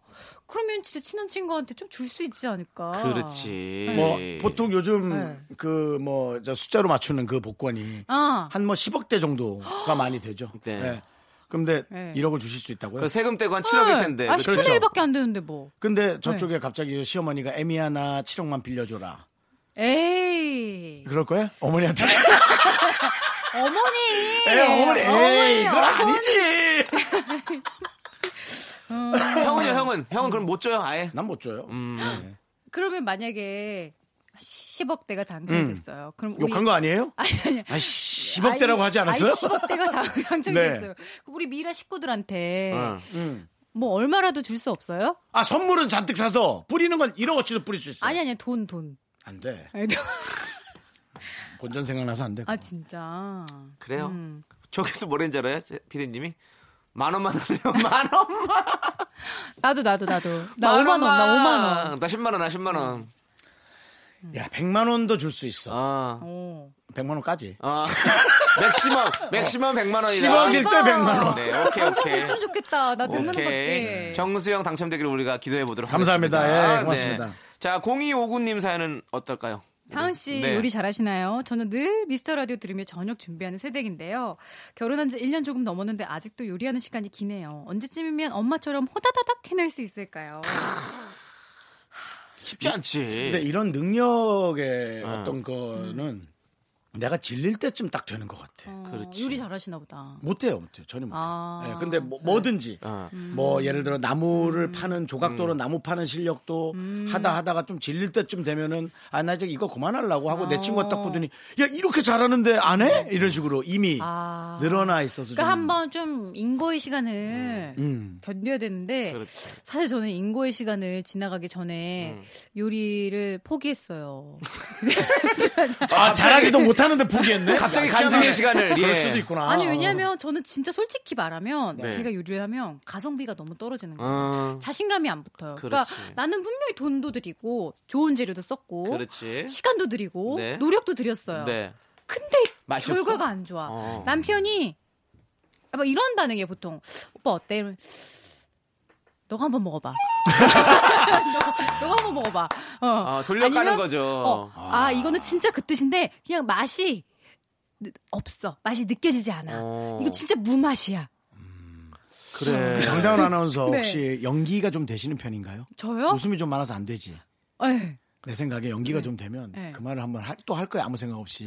S11: 그러면 진짜 친한 친구한테 좀 줄 수 있지 않을까. 아.
S2: 그렇지
S1: 뭐 보통 요즘
S11: 네.
S1: 그 뭐 숫자로 맞추는 그 복권이
S11: 아
S1: 한 뭐 10억대 정도가 많이 되죠.
S2: 네.
S1: 네. 근데
S11: 네.
S1: 1억을 주실 수 있다고요?
S2: 그 세금 떼고 한 7억일 텐데
S11: 아,
S2: 그렇죠?
S11: 10분의 1밖에 안 되는데 뭐.
S1: 근데 저쪽에 갑자기 시어머니가 애미야 나 7억만 빌려줘라.
S11: 에이.
S1: 그럴 거야? 어머니한테.
S11: 네. 어머니.
S1: 에이, 어머니, 에이, 이건
S11: 어머니.
S1: 아니지!
S2: 형은요 형은 형은 그럼 못 줘요 아예
S1: 난 못 줘요.
S2: 음.
S11: 그러면 만약에 10억대가 당첨됐어요. 그럼 우리
S1: 음. 욕한 거 아니에요?
S11: 아니 아니.
S1: 아, 10억대라고 하지 않았어요? 네.
S11: 아이, 10억대가 당- 당첨됐어요. 우리 미라 식구들한테
S1: 어.
S2: 음.
S11: 뭐 얼마라도 줄 수 없어요?
S1: 아, 선물은 잔뜩 사서 뿌리는 건 1억어치도 뿌릴 수 있어.
S11: 아니 아니 돈 돈.
S1: 안 돼.
S11: 아니, 돈.
S1: 본전 생각나서 안 돼.
S11: 아 진짜.
S2: 그래요?
S11: 음.
S2: 저기서 뭐랬는지 알아요? 제 피디님이? 만 원만 하래요. 만 원만.
S11: 나도 나도 나도. 나 5만 원. 나 5만 원.
S2: 나 10만 원, 나 10만 원.
S1: 야, 100만 원도 줄 수 있어.
S2: 아.
S11: 오.
S1: 100만 원까지.
S2: 아. 맥시멈. 맥시멈 100만 원이다.
S1: 10억일 때 100만 원.
S2: 아, 네, 오케이, 오케이.
S11: 했으면 좋겠다. 나 100만
S2: 오케이.
S11: 원밖에.
S2: 정수영 당첨되기를 우리가 기도해 보도록
S1: 감사합니다.
S2: 하겠습니다. 네.
S1: 예, 고맙습니다.
S2: 자, 0259님 사연은 어떨까요?
S11: 다은 씨
S2: 네.
S11: 요리 잘하시나요? 저는 늘 미스터 라디오 들으며 저녁 준비하는 새댁인데요. 결혼한 지 1년 조금 넘었는데 아직도 요리하는 시간이 기네요. 언제쯤이면 엄마처럼 호다다닥 해낼 수 있을까요?
S2: 쉽지 않지.
S1: 근데 이런 능력의 어떤 거는 내가 질릴 때쯤 딱 되는 것 같아.
S11: 어,
S2: 음, 그렇지.
S11: 요리 잘하시나 보다.
S1: 못해요, 못해요. 전혀 못해요.
S11: 아. 음.
S1: 예, 근데 뭐, 든지
S2: 어. 음.
S1: 뭐 예를 들어 나무를 파는 조각도로 나무 파는 실력도
S11: 음.
S1: 하다 하다가 좀 질릴 때쯤 되면은 아 나 이제 이거 그만하려고 하고
S11: 어.
S1: 내 친구가 딱 보더니 야 이렇게 잘하는데 안
S2: 음.
S1: 해? 이런 식으로 이미
S11: 아.
S1: 늘어나 있어서
S11: 그러니까
S1: 좀-
S11: 한번 좀 인고의 시간을 견뎌야 되는데
S2: 네. 음. 그렇지.
S11: 사실 저는 인고의 시간을 지나가기 전에
S2: 음.
S11: 요리를 포기했어요.
S1: 아 잘하지도 못하는데 포기했네.
S2: 갑자기 간증의 시간을.
S1: 그럴
S2: 예.
S1: 수도 있구나.
S11: 아니 왜냐면 저는 진짜 솔직히 말하면
S2: 네.
S11: 제가 요리를 하면 가성비가 너무 떨어지는 거예요.
S2: 어,
S11: 자신감이 안 붙어요. 그러니까
S2: 그렇지.
S11: 나는 분명히 돈도 들이고 좋은 재료도 썼고
S2: 그렇지.
S11: 시간도 들이고
S2: 네.
S11: 노력도 들였어요.
S2: 네.
S11: 근데
S2: 맛이
S11: 결과가
S2: 없어?
S11: 안 좋아.
S2: 어.
S11: 남편이 막 이런 반응이에요 보통. 오빠 어때? 이러면 너가 한번 먹어봐. 너, 가 한번 먹어봐. 어.
S2: 아, 돌려가는
S11: 아니면,
S2: 거죠.
S11: 어, 아 이거는 진짜 그 뜻인데 그냥 맛이 느- 없어. 맛이 느껴지지 않아.
S2: 어.
S11: 이거 진짜 무맛이야.
S2: 그래.
S1: 그 정다운 아나운서
S11: 네.
S1: 혹시 연기가 좀 되시는 편인가요?
S11: 저요? 어, 예.
S1: 웃음이 좀 많아서 안 되지.
S11: 에
S1: 내 생각에 연기가 좀 되면
S11: 네.
S1: 그 말을 한번 또 할 거야 아무 생각 없이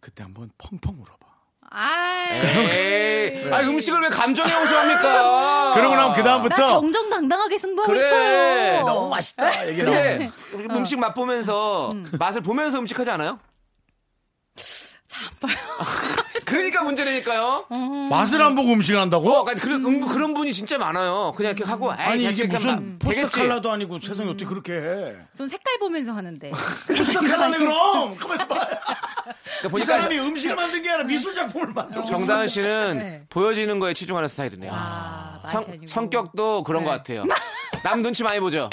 S1: 그때 한번 펑펑 울어봐.
S11: 아.
S2: 에이, 아 음식을 왜 감정에 호소합니까?
S1: 그러고 나면 그
S11: 나
S1: 다음부터
S11: 정정당당하게 승부하고
S2: 그래.
S11: 싶어요.
S1: 아, 너무
S11: 네.
S1: 맛있다 얘기
S2: 그래.
S1: 나오면
S2: 네.
S11: 어.
S2: 음식 맛보면서 맛을 보면서 음식하지 않아요?
S11: 잘 안 봐요. 어.
S2: 그러니까 문제라니까요.
S11: 음.
S1: 맛을 안 보고 음식을 한다고?
S2: 어, 그러니까 그런 은근 그런 분이 진짜 많아요. 그냥 이렇게 하고 에이,
S1: 아니
S2: 그냥
S1: 이게
S2: 이렇게 하면
S1: 무슨
S2: 마-
S1: 포스터
S2: 되겠지.
S1: 칼라도 아니고 세상에 어떻게 그렇게 해?
S11: 전 색깔 보면서 하는데.
S1: 포스터 칼라네 그럼. 가만 있어봐.
S2: 그러니까
S1: 이
S2: 보니까
S1: 사람이 음식을 만든 게 아니라 미술 작품을 만들고
S11: 어.
S2: 정다은 씨는
S11: 네.
S2: 보여지는 거에 치중하는 스타일이네요.
S11: 아, 맛이 아니고.
S2: 성, 격도 그런
S11: 네.
S2: 것 같아요. 남 눈치 많이 보죠.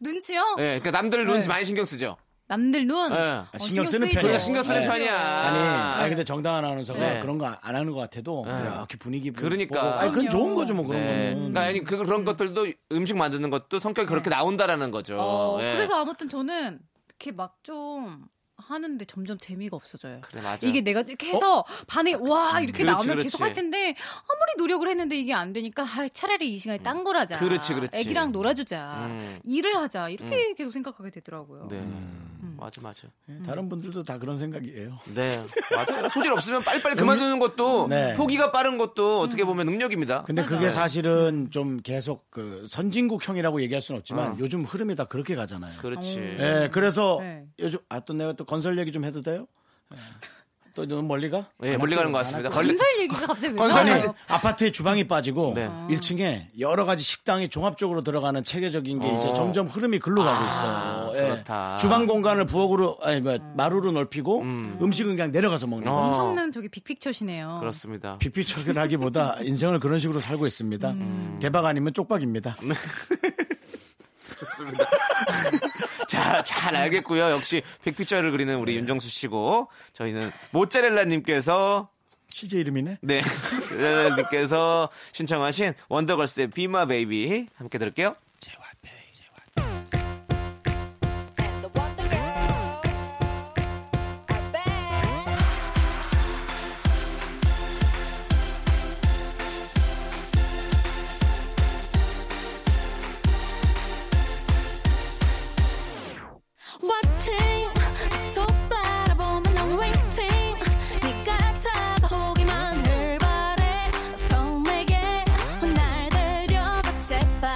S11: 눈치요?
S2: 예, 그러니까
S11: 네.
S2: 남들 눈치 많이 신경 쓰죠.
S11: 남들 눈.
S2: 예.
S11: 어,
S1: 신경 쓰는
S11: 쓰이죠.
S1: 편이에요.
S2: 우리가 신경 쓰는
S1: 네.
S2: 편이야.
S1: 아니, 아니 근데 정당 아나운서가
S2: 네.
S1: 그런 거 안 하는 것 같아도 이렇게 분위기 보고
S2: 그러니까.
S1: 아니 네.
S11: 그럼요.
S1: 그건 좋은 거죠 뭐 그런
S2: 네.
S1: 거는
S2: 그러니까 아니 그-
S11: 음.
S2: 그런 것들도 음식 만드는 것도 성격이 그렇게 나온다라는 거죠.
S11: 네. 어,
S2: 예.
S11: 그래서 아무튼 저는 이렇게 막 좀 하는데 점점 재미가 없어져요.
S2: 그래, 맞아요. 어? 음,
S11: 이게 내가 이렇게 해서 반에 와 이렇게
S2: 그렇지,
S11: 나오면
S2: 그렇지.
S11: 계속 할 텐데 아무리 노력을 했는데 이게 안 되니까 아, 차라리 이 시간에 딴 걸 하자.
S2: 음. 그렇지, 그렇지.
S11: 애기랑 놀아주자.
S2: 음.
S11: 일을 하자. 이렇게 계속 생각하게 되더라고요.
S2: 네.
S1: 음.
S2: 맞아 맞아.
S1: 네. 다른 분들도 다 그런 생각이에요.
S2: 네. 맞아요. 소질 없으면 빨리빨리 그만두는 것도
S1: 네.
S2: 포기가 빠른 것도 어떻게 보면 능력입니다.
S1: 근데 그게
S2: 네.
S1: 사실은 좀 계속 그 선진국형이라고 얘기할 수는 없지만
S2: 어.
S1: 요즘 흐름이 다 그렇게 가잖아요. 그
S2: 그렇지.
S1: 예, 그래서
S11: 네.
S1: 요즘 아 또 내가 또 건설 얘기 좀 해도 돼요? 예. 또 너무 멀리 가?
S2: 예,
S1: 안
S2: 멀리 가는
S1: 할게요.
S2: 것
S1: 안
S2: 같습니다.
S1: 할게요.
S2: 걸리-
S11: 건설 얘기가 갑자기 왜
S2: 건설
S11: 나와요?
S1: 아니, 아파트에 주방이 빠지고
S2: 네.
S1: 1층에 여러 가지 식당이 종합적으로 들어가는 체계적인 게 이제
S2: 어. 아,
S1: 점점 흐름이 글로 가고 있어요. 예.
S2: 그렇다.
S1: 주방 공간을 부엌으로 아니 뭐 마루로 넓히고 음. 식은 그냥 내려가서 먹는 거.
S11: 엄청난 저기 빅픽처시네요.
S2: 어, 그렇습니다.
S1: 비피척을 하기보다 인생을 그런 식으로 살고 있습니다. 대박 아니면 쪽박입니다.
S2: 네. 좋습니다. 자, 잘 알겠고요. 역시 빅피처를 그리는 우리 윤정수 씨고 저희는 모짜렐라 님께서
S1: 시제 이름이네.
S2: 네. 모짜렐라 님께서 신청하신 원더걸스의 비마 베이비 함께 들을게요.
S3: Watching, so 바라보면 I'm waiting. 네가 다가오기만 을 바래. 설레게 날 데려가 제발.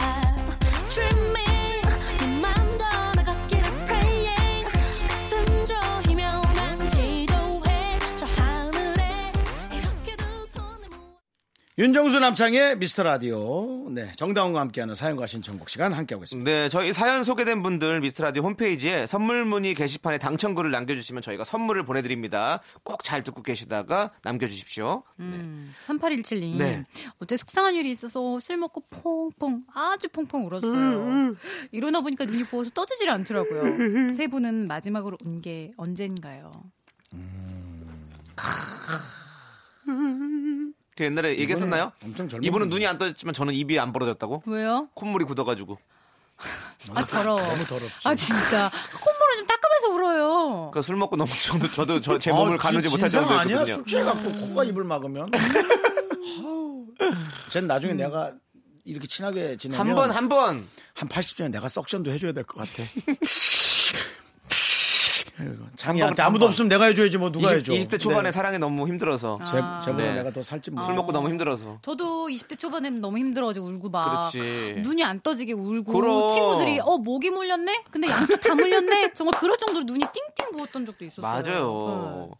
S3: Dreaming, 네맘 떠나갔기를 praying. 가슴 조이며 난 기도해 저 하늘에 이렇게도 손을 모아.
S1: 윤정수 남창의 미스터 라디오. 네. 정다운과 함께하는 사연과 신청곡 시간 함께하고 있습니다.
S2: 네, 저희 사연 소개된 분들 미스트라디오 홈페이지에 선물 문의 게시판에 당첨글을 남겨주시면 저희가 선물을 보내드립니다. 꼭 잘 듣고 계시다가 남겨주십시오.
S11: 음, 3817님.
S2: 네.
S11: 어제 속상한 일이 있어서 술 먹고 퐁퐁 아주 퐁퐁 울었어요.
S2: 음,
S11: 이러나 보니까 눈이 부어서 떠지질 않더라고요. 세 분은 마지막으로 운 게 언젠가요?
S2: 그 옛날에 얘기했었나요?
S1: 엄청 젊은
S2: 이분은
S1: 분이네.
S2: 눈이 안 떠졌지만 저는 입이 안 벌어졌다고?
S11: 왜요?
S2: 콧물이 굳어가지고.
S11: 아 더러워.
S1: 너무 더럽지.
S11: 아 진짜 콧물을 좀 닦으면서 울어요.
S2: 그러니까 그술 먹고 너무 저도 저도 저 제 몸을
S1: 아,
S2: 가누지
S1: 진-
S2: 못할
S1: 진상
S2: 정도였거든요.
S1: 아니야? 술 취해갖고 코가 입을 막으면. 아우, 쟨 나중에 내가 이렇게 친하게 지내면
S2: 음. 한 번, 한 번.
S1: 한 80전에 내가 석션도 해줘야 될 것 같아. 아이고, 장이한테
S2: 한
S1: 아무도
S2: 번.
S1: 없으면 내가 해줘야지 뭐 누가
S2: 20,
S1: 해줘.
S2: 20대 초반에
S1: 네.
S2: 사랑이 너무 힘들어서.
S11: 아.
S1: 제, 제보다
S2: 네.
S1: 내가 더 살찐
S2: 술 먹고 너무 힘들어서.
S11: 저도 20대 초반에는 너무 힘들어가지고 울고 막
S2: 그렇지.
S11: 눈이 안 떠지게 울고
S2: 그럼.
S11: 친구들이 어 목이 물렸네? 근데 양쪽 다 물렸네? 정말 그럴 정도로 눈이 띵띵 부었던 적도 있었어요. 네.
S2: 맞아요.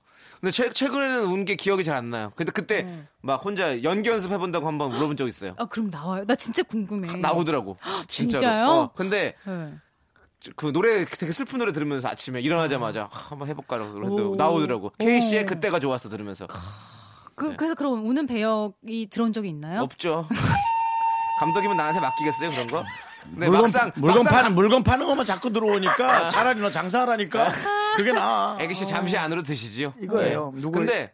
S2: 근데 최, 최근에는 운 게 기억이 잘 안 나요. 근데 그때
S11: 네.
S2: 막 혼자 연기 연습해본다고 한번 물어본 적 있어요.
S11: 아 그럼 나와요? 나 진짜 궁금해.
S2: 나오더라고. 진짜로.
S11: 아, 네. 진짜요?
S2: 어, 근데
S11: 네.
S2: 그 노래 되게 슬픈 노래 들으면서 아침에 일어나자마자 아, 한번 해볼까라고
S11: 오.
S2: 그러는데 나오더라고. 케이 씨의
S11: 오.
S2: 그때가 좋았어 들으면서
S11: 그,
S2: 네.
S11: 래서 그럼 우는 배역이 들어온 적이 있나요?
S2: 없죠. 감독이면 나한테 맡기겠어요 그런 거? 근데
S1: 물건,
S2: 네, 막상
S1: 물건
S2: 막상 아.
S1: 파는 물건 파는 것만 자꾸 들어오니까 차라리 너 장사하라니까 그게 나.
S2: 애기 씨 잠시 안으로 드시지요. 네.
S1: 이거예요. 누구의-
S2: 근데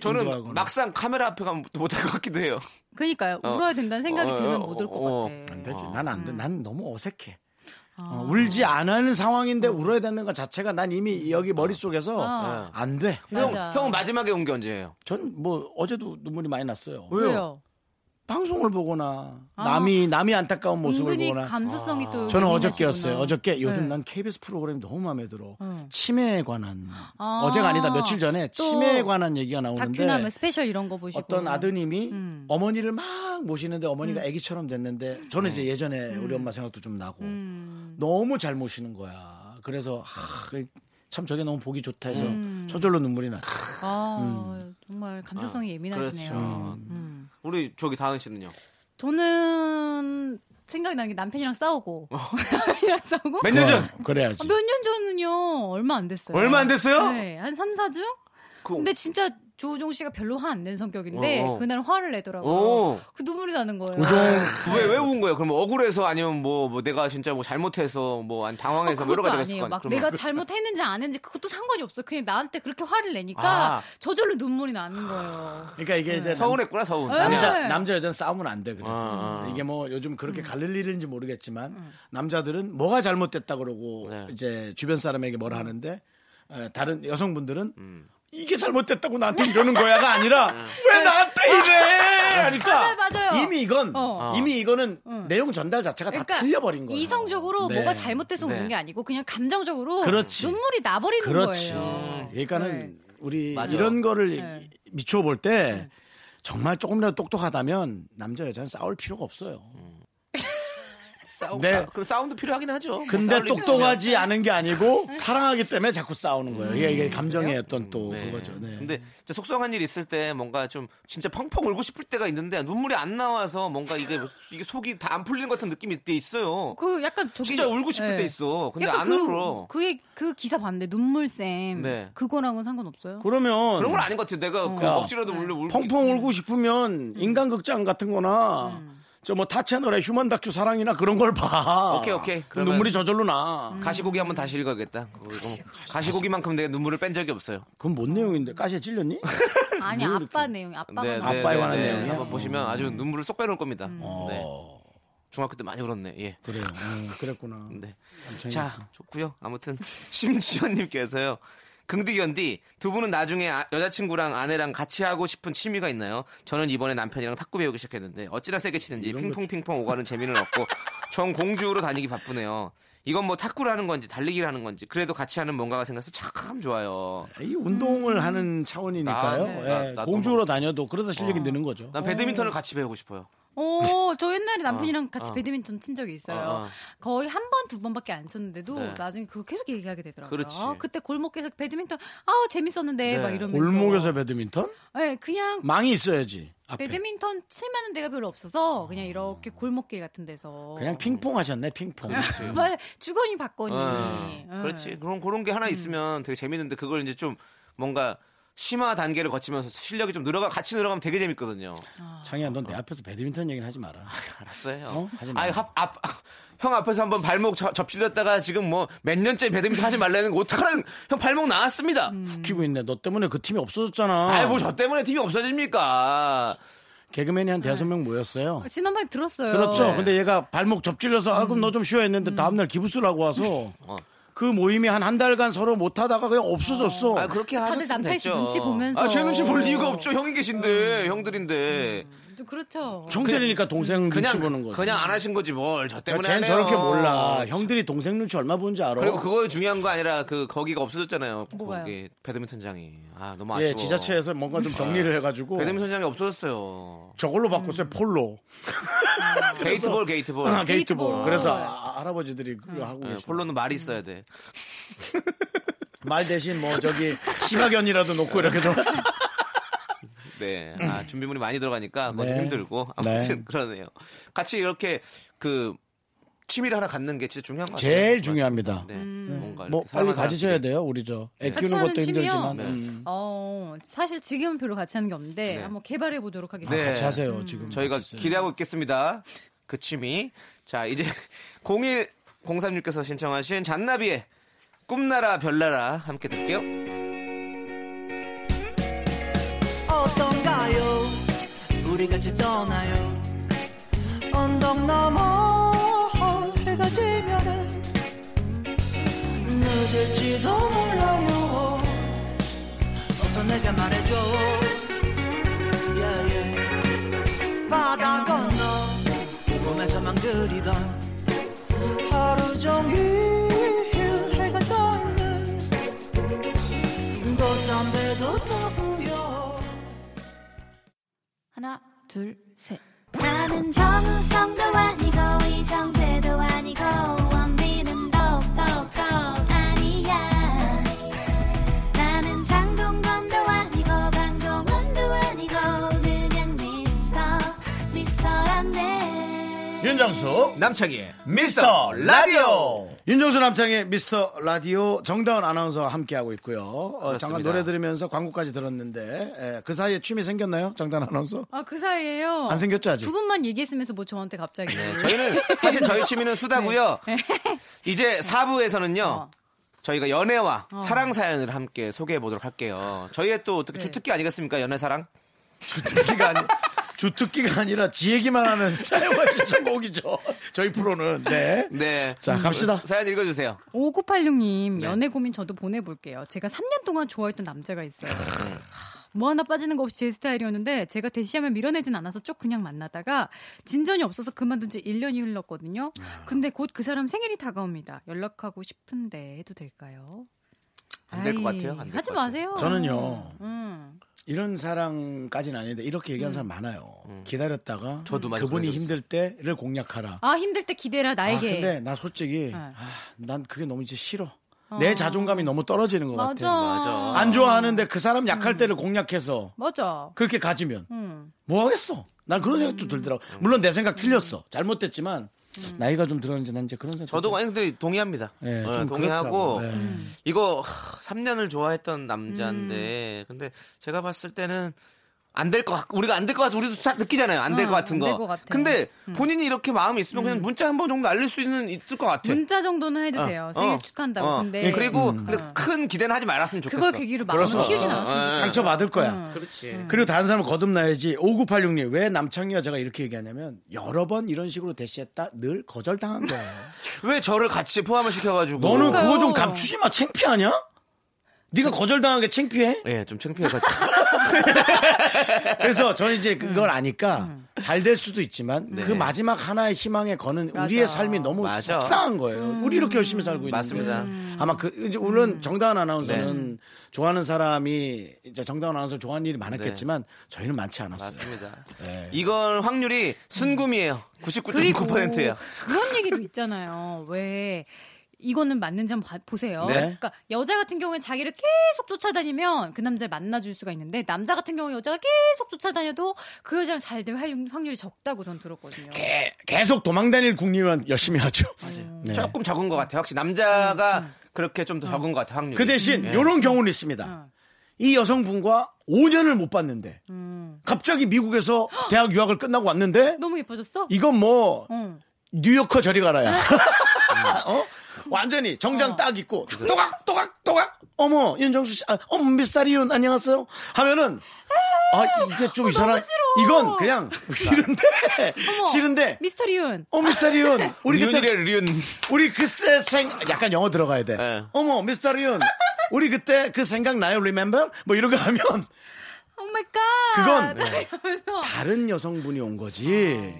S2: 저는
S1: 인도하거나.
S2: 막상 카메라 앞에 가면 또 못할 것 같기도 해요.
S11: 그러니까요.
S2: 어.
S11: 울어야 된다는 생각이
S2: 어,
S11: 들면
S2: 어,
S11: 못 울 것
S2: 어,
S11: 같아.
S1: 안 되지. 난 안 돼. 난 너무 어색해.
S11: 아.
S1: 어, 울지 안 하는 상황인데 울어야 되는 것 자체가 난 이미 여기 머릿속에서
S11: 아.
S1: 안 돼.
S2: 네. 형,
S11: 맞아.
S2: 형 마지막에 온 게 언제예요?
S1: 전 뭐 어제도 눈물이 많이 났어요.
S11: 왜요?
S1: 방송을 보거나
S11: 아.
S1: 남이 남이 안타까운 모습을
S11: 은근히
S1: 보거나 아.
S11: 감수성이 또
S1: 저는
S11: 예민하시구나.
S1: 어저께였어요. 어저께 요즘
S11: 네.
S1: 난 KBS 프로그램이 너무 마음에 들어.
S11: 응.
S1: 치매에 관한
S11: 아.
S1: 어제가 아니다 며칠 전에
S11: 또
S1: 치매에 관한 얘기가
S11: 다큐나 뭐
S1: 나오는데
S11: 스페셜 이런 거 보시고
S1: 어떤 아드님이
S11: 음.
S1: 어머니를 막 모시는데 어머니가 아기처럼 됐는데
S11: 네.
S1: 저는 이제 예전에 우리
S11: 음.
S1: 엄마 생각도 좀 나고 너무 잘 모시는 거야. 그래서 하, 참 저게 너무 보기 좋다 해서
S11: 음.
S1: 저절로 눈물이 났어.
S11: 아,
S1: 음.
S11: 정말
S1: 아,
S11: 감수성이 예민하시네요.
S2: 아, 그렇죠.
S11: 음.
S2: 우리 저기 다은 씨는요?
S11: 저는 생각이 나는 게 남편이랑 싸우고
S1: 어.
S11: 남편이랑 싸우고
S2: 몇 년 전?
S1: 그래야지.
S11: 아, 몇 년 전은요 얼마 안 됐어요.
S2: 얼마 안 됐어요?
S11: 네, 한 3, 4주?
S2: 그-
S11: 근데 진짜 조우종 씨가 별로 화 안 낸 성격인데
S2: 어, 어.
S11: 그날 화를 내더라고요.
S2: 오.
S11: 그 눈물이 나는 거예요.
S1: 우종
S2: 왜, 왜 운 거예요? 그럼 억울해서 아니면 뭐, 뭐 내가 진짜 뭐 잘못해서 뭐 아니
S11: 아,
S2: 당황해서 뭐
S11: 그것도
S2: 여러 가지가 있을
S11: 아니에요.
S2: 거 아니에요?
S11: 막 내가 잘못했는지 안 했는지 그것도 상관이 없어요. 그냥 나한테 그렇게 화를 내니까
S2: 아.
S11: 저절로 눈물이 나는 거예요.
S1: 그러니까 이게 이제 남-
S2: 서운했구나, 서운.
S11: 네. 음.
S2: 남자.
S1: 남자 남자 여자는 싸우면 안 돼 그래서
S2: 아, 아.
S1: 이게 뭐 요즘 그렇게 갈릴 일인지 모르겠지만 남자들은 뭐가 잘못됐다 그러고
S2: 네.
S1: 이제 주변
S11: 음.
S1: 사람에게 뭐라 하는데 에, 다른 여성분들은
S2: 음.
S1: 이게 잘못됐다고 나한테 이러는 거야가 아니라
S2: 네.
S1: 왜 나한테 이래 하니까
S11: 네. 맞아요, 맞아요.
S1: 이미 이건
S11: 어.
S1: 이미 이거는 내용 전달 자체가 다 틀려버린 거예요
S11: 그러니까 이성적으로
S1: 네.
S11: 뭐가 잘못돼서 우는
S2: 네.
S11: 게 아니고 그냥 감정적으로
S1: 그렇지.
S11: 눈물이 나버리는
S1: 그렇지
S11: 거예요.
S1: 그러니까는 우리
S2: 맞아요.
S1: 이런 거를
S11: 네.
S1: 미쳐 볼 때 정말 조금이라도 똑똑하다면 남자 여자는 싸울 필요가 없어요
S2: 음. 싸우,
S1: 네.
S2: 그 싸움도 필요하긴 하죠. 뭐
S1: 근데
S2: 네, 싸울 일이 있으면.
S1: 똑똑하지 않은 게 아니고 사랑하기 때문에 자꾸 싸우는 거예요. 이게, 이게 감정의 어떤 또
S2: 음. 네.
S1: 그거죠. 네.
S2: 근데 진짜 속상한 일 있을 때 뭔가 좀 진짜 펑펑 울고 싶을 때가 있는데 눈물이 안 나와서 뭔가 이게 뭐- 이게 속이 다 안 풀리는 것 같은 느낌이 때 있어요.
S11: 그 약간 저기
S2: 진짜 울고 싶을
S11: 네.
S2: 때 있어. 근데
S11: 약간
S2: 안
S11: 그,
S2: 울어.
S11: 그의 그 기사 봤는데 눈물샘
S2: 네.
S11: 그거랑은 상관없어요.
S1: 그러면
S2: 그런 건 음. 아닌 것 같아요. 내가 그
S1: 야.
S2: 억지로도 울려 울
S1: 어. 펑펑 울고 싶으면 인간극장 같은 거나
S11: 음.
S1: 저 뭐 타 채널의 휴먼 다큐 사랑이나 그런 걸 봐.
S2: 오케이, 오케이.
S1: 그럼
S2: 그러면-
S1: 눈물이 저절로 나.
S11: 음.
S2: 가시고기 한번 다시 읽어야겠다. 그거 뭐 가시고기만큼 내가 눈물을 뺀 적이 없어요.
S1: 그건 뭔 내용인데 가시에 찔렸니?
S11: 아니 아빠 내용이 아빠가
S2: 네,
S11: 나왔어요.
S2: 네,
S1: 아빠에
S2: 네,
S1: 관한
S2: 네.
S1: 내용이야? 음.
S2: 한번 보시면 아주 눈물을 쏙 빼놓을 겁니다. 네.
S1: 어,
S2: 중학교 때 많이 울었네. 예.
S1: 그래요. 음, 그랬구나.
S2: 네. 자, 좋고요. 아무튼 심지연님께서요. 긍디견디 두 분은 나중에 아- 여자친구랑 아내랑 같이 하고 싶은 취미가 있나요? 저는 이번에 남편이랑 탁구 배우기 시작했는데 어찌나 세게 치는지 핑퐁핑퐁 오가는 재미는 없고 전 공주로 다니기 바쁘네요. 이건 뭐 탁구를 하는 건지 달리기를 하는 건지 그래도 같이 하는 뭔가가 생겨서 참 좋아요.
S1: 이 운동을 하는 차원이니까요.
S2: 음. 나- 나-
S1: 예,
S2: 나도 뭐. 어.
S1: 공주로 다녀도 그러다 실력이 느는 거죠.
S2: 난 배드민턴을 같이 배우고 싶어요.
S11: 어, 저 옛날에 남편이랑
S2: 어,
S11: 같이
S2: 어.
S11: 배드민턴 친 적이 있어요.
S2: 어, 어.
S11: 거의 한 번, 두 번밖에 안 쳤는데도
S2: 네.
S11: 나중에 그거 계속 얘기하게 되더라고요.
S2: 그렇지.
S11: 그때 골목에서 배드민턴, 아우, 재밌었는데,
S2: 네.
S11: 막 이러면서.
S1: 골목에서 음, 배드민턴?
S11: 네, 그냥
S1: 망이 있어야지. 앞에. 아.
S11: 배드민턴 칠만한 데가 별로 없어서 그냥 이렇게 골목길 같은 데서.
S1: 그냥 음. 핑퐁 하셨네, 핑퐁.
S11: 맞아, 주거니 받거니.
S2: 어,
S11: 네.
S2: 그렇지. 그런 그런 게 하나 있으면 되게 재밌는데 그걸 이제 좀 뭔가 심화 단계를 거치면서 실력이 좀 늘어가 같이 늘어가면 되게 재밌거든요.
S1: 창희야, 넌 내 앞에서 배드민턴 얘기는 하지 마라.
S2: 알았어요.
S1: 어? 하지 마.
S2: 아니 합, 앞, 형 앞에서 한번 발목 저- 접질렸다가 지금 뭐 몇 년째 배드민턴 하지 말라는 거 어떡하라는 형 발목 나왔습니다.
S11: 음.
S1: 웃기고 있네. 너 때문에 그 팀이 없어졌잖아.
S2: 음. 아이 뭐 저 때문에 팀이 없어집니까?
S1: 개그맨이 한 대여섯 명 모였어요.
S2: 아,
S11: 지난번에 들었어요.
S1: 들었죠?
S2: 네.
S1: 근데 얘가 발목 접질려서 아,
S2: 음.
S1: 그럼 너 좀 쉬어 했는데 다음날 기부스라고 와서
S2: 어.
S1: 그 모임이 한 한 달간 서로 못 하다가 그냥 없어졌어. 어.
S2: 아 그렇게
S11: 다들
S2: 하셨으면
S11: 남창희 씨 음.
S2: 됐죠. 아,
S11: 눈치 보면서.
S2: 아제 눈치 볼 이유가 없죠. 형이 계신데 형들인데
S11: 좀 그렇죠.
S1: 형들이니까 동생 음. 눈치
S2: 그냥
S1: 보는 거죠.
S2: 그냥 안 하신 거지 뭘 저
S1: 야,
S2: 때문에
S1: 쟤는
S2: 하네요.
S1: 그러니까
S2: 어.
S1: 저렇게 몰라. 형들이 동생 눈치 얼마 보는지 알아.
S2: 그리고 그거 중요한 거 아니라 그 거기가 없어졌잖아요.
S11: 뭐가요?
S2: 거기 배드민턴장이 아 너무 아쉬워.
S1: 예, 지자체에서 뭔가 좀 정리를 해가지고
S2: 배드민턴장이 없어졌어요.
S1: 저걸로
S11: 음.
S1: 바꿨어요. 폴로,
S2: 게이트볼 게이트볼.
S1: 게이트볼.
S11: 게이트볼.
S1: 그래서 아, 할아버지들이
S11: 음.
S1: 그거 하고
S2: 예,
S1: 계시.
S2: 폴로는 말이 있어야 돼.
S1: 말 대신 뭐 저기 심화견이라도 놓고 이렇게 좀.
S2: 네. 아, 준비물이 많이 들어가니까 그거 좀
S1: 음. 네.
S2: 힘들고 아무튼
S1: 네.
S2: 그러네요. 같이 이렇게 그 취미를 하나 갖는 게 진짜 중요한 것 같아요.
S1: 제일 중요합니다.
S2: 네. 뭔가
S1: 뭐
S2: 이렇게
S1: 빨리
S2: 사랑하는
S1: 가지셔야
S2: 사람들이.
S1: 돼요, 우리 저. 애
S11: 같이
S1: 키우는
S11: 하는
S1: 것도
S11: 취미요?
S1: 힘들지만.
S2: 네.
S1: 음.
S11: 어, 사실 지금은 별로 같이 하는 게 없는데
S2: 네.
S11: 한번 개발해 보도록 하겠습니다.
S2: 네.
S1: 같이 하세요, 지금.
S2: 저희가
S1: 같이 있어요.
S2: 기대하고 있겠습니다. 그 취미. 자, 이제 01 03님께서 신청하신 잔나비의 꿈나라 별나라 함께 들게요.
S4: 어떤가요? 우리 같이 떠나요. 언덕 넘어 해가 지면은 늦을지도 몰라요. 어서 내가 말해줘. Yeah, yeah. 바다 건너 꿈에서만 그리던 하루 종일 해가 떠 있는 돛담배도 타고요.
S11: 하나, 둘, 셋.
S3: 나는 정우성도 아니고 이정재도 아니고 원빈은 더욱더 아니야 나는 장동건도 아니고 강동원도 아니고 그냥 미스터 미스터란데
S8: 윤정수 남창희의 미스터 라디오
S1: 윤정수 남창의 미스터 라디오 정다운 아나운서와 함께하고 있고요. 어, 잠깐
S2: 그렇습니다.
S1: 노래 들으면서 광고까지 들었는데 에, 그 사이에 춤이 생겼나요, 정다운 아나운서?
S11: 아, 그 사이에요.
S1: 안 생겼죠 아직?
S11: 두 분만 얘기했으면서 뭐 저한테 갑자기.
S2: 네, 저희는 사실 저희 취미는 수다고요. 이제 4부에서는요.
S11: 어.
S2: 저희가 연애와 사랑 사연을 함께 소개해 보도록 할게요. 저희의 또 어떻게 주특기 아니겠습니까? 연애 사랑.
S1: 주특기가 아니 주특기가 아니라 지 얘기만 하는 사회와 신청곡이죠. 저희 프로는 네.
S2: 네.
S1: 자 갑시다.
S2: 사연 읽어 주세요.
S11: 5986님,
S2: 네.
S11: 연애 고민 저도 보내볼게요. 제가 3년 동안 좋아했던 남자가 있어요. 뭐 하나 빠지는 거 없이 제 스타일이었는데 제가 대시하면 밀어내진 않아서 쭉 그냥 만나다가 진전이 없어서 그만둔 지 1년이 흘렀거든요.
S2: 아.
S11: 근데 곧 그 사람 생일이 다가옵니다. 연락하고 싶은데 해도 될까요?
S2: 안 될 것
S11: 아이,
S2: 같아요. 안될것
S11: 하지
S2: 같아요.
S11: 마세요.
S1: 저는요
S11: 음.
S1: 이런 사랑까지는 아닌데 이렇게 얘기하는 사람 많아요. 기다렸다가
S2: 저도 많이
S1: 음. 그분이
S2: 그런 적
S1: 힘들 때를 공략하라.
S11: 아 힘들 때 기대라
S1: 아
S11: 나에게. 네.
S1: 근데 나 솔직히 아, 난 그게 너무 이제 싫어. 내 자존감이 너무 떨어지는 것
S11: 맞아.
S1: 같아. 안 좋아하는데 그 사람 약할 때를 공략해서
S11: 맞아.
S1: 그렇게 가지면
S11: 음.
S1: 뭐 하겠어? 난 그런 생각도 들더라고.
S2: 음.
S1: 물론 내 생각 틀렸어. 잘못됐지만 나이가 좀 들었는지 난 이제 그런 생각.
S2: 저도 아니 근데 동의합니다.
S1: 예,
S2: 어,
S1: 좀
S2: 동의하고 음.
S1: 그렇더라고요. 예.
S2: 이거 하, 3년을 좋아했던
S11: 음.
S2: 남자인데 근데 제가 봤을 때는 안 될 것 같, 우리가 안 될 것 같아. 우리도 다 느끼잖아요. 안 될 것
S11: 어,
S2: 같은
S11: 안될
S2: 거.
S11: 것 같아.
S2: 근데 본인이 이렇게 마음이 있으면 그냥 문자 한 번 정도 알릴 수 있는 있을 것 네. 같아.
S11: 문자 정도는 해도
S2: 어,
S11: 돼요.
S2: 어,
S11: 생일 축하한다고.
S2: 어.
S11: 근데
S2: 그리고
S11: 음.
S2: 근데 큰 기대는 하지 말았으면 좋겠어.
S11: 그걸 계기로 마음을
S1: 그럴 수
S11: 키우진
S1: 없어.
S11: 않았으면
S2: 예.
S1: 상처 받을
S11: 음.
S1: 거야.
S2: 그렇지.
S1: 그리고 다른 사람을 거듭나야지. 5986님 왜 남창희와 제가 이렇게 얘기하냐면 여러 번 이런 식으로 대시했다 늘 거절당한 거예요.
S2: 왜 저를 같이 포함을 시켜가지고
S1: 너는
S11: 그러니까요.
S1: 그거 좀 감추지 마. 창피하냐? 네가 거절당한 게 창피해?
S2: 예, 좀 창피해가지고.
S1: 그래서 저는 이제 그걸 아니까 잘 될 수도 있지만 그 마지막 하나의 희망에 거는 우리의 삶이 너무
S2: 네. 맞아.
S1: 속상한 거예요. 우리 이렇게 열심히 살고 있는데
S2: 맞습니다. 네.
S1: 아마 그 이제 물론 정다은 아나운서는 좋아하는 사람이 이제 정다은 아나운서 좋아하는 일이 많았겠지만 저희는 많지 않았어요.
S2: 네. 맞습니다.
S1: 예.
S2: 이걸 확률이 순금이에요. 99.9%예요.
S11: 그런 얘기도 있잖아요. 왜 이거는 맞는지 한번 봐- 보세요.
S2: 네.
S11: 그러니까 여자 같은 경우에 자기를 계속 쫓아다니면 그 남자를 만나줄 수가 있는데 남자 같은 경우 에 여자가 계속 쫓아다녀도 그 여자랑 잘 될 확률이 적다고 전 들었거든요.
S1: 개- 계속 도망다닐 국리만 열심히 하죠. 네.
S2: 조금 적은 것 같아요. 확실히 남자가 그렇게 좀 더 적은 것 같아요. 예. 확률.
S1: 그 대신
S2: 네.
S1: 이런 경우는 있습니다. 이 여성분과 5년을 못 봤는데 갑자기 미국에서 대학 유학을 끝나고 왔는데
S11: 너무 예뻐졌어?
S1: 이건 뭐
S11: 응.
S1: 뉴요커 저리 가라야. 어? 완전히 정장
S11: 어.
S1: 딱 입고 또각 또각 또각 어머 윤정수 씨 아, 어머 미스터리윤 안녕하세요 하면은 아 이게 좀 이상한
S11: 싫어. 그러니까.
S1: 이건 그냥 싫은데
S2: 예.
S1: 싫은데
S11: 미스터리윤.
S1: 어 미스터리윤 우리 그때
S2: 륜이래 륜.
S1: 우리 그때 생 약간 영어 들어가야 돼.
S2: 네.
S1: 어머 미스터리윤 우리 그때 그 생각 나요 remember 뭐 이런 거 하면
S11: Oh 마이 갓.
S1: 그건-
S11: 이러면서
S1: 다른 여성분이 온 거지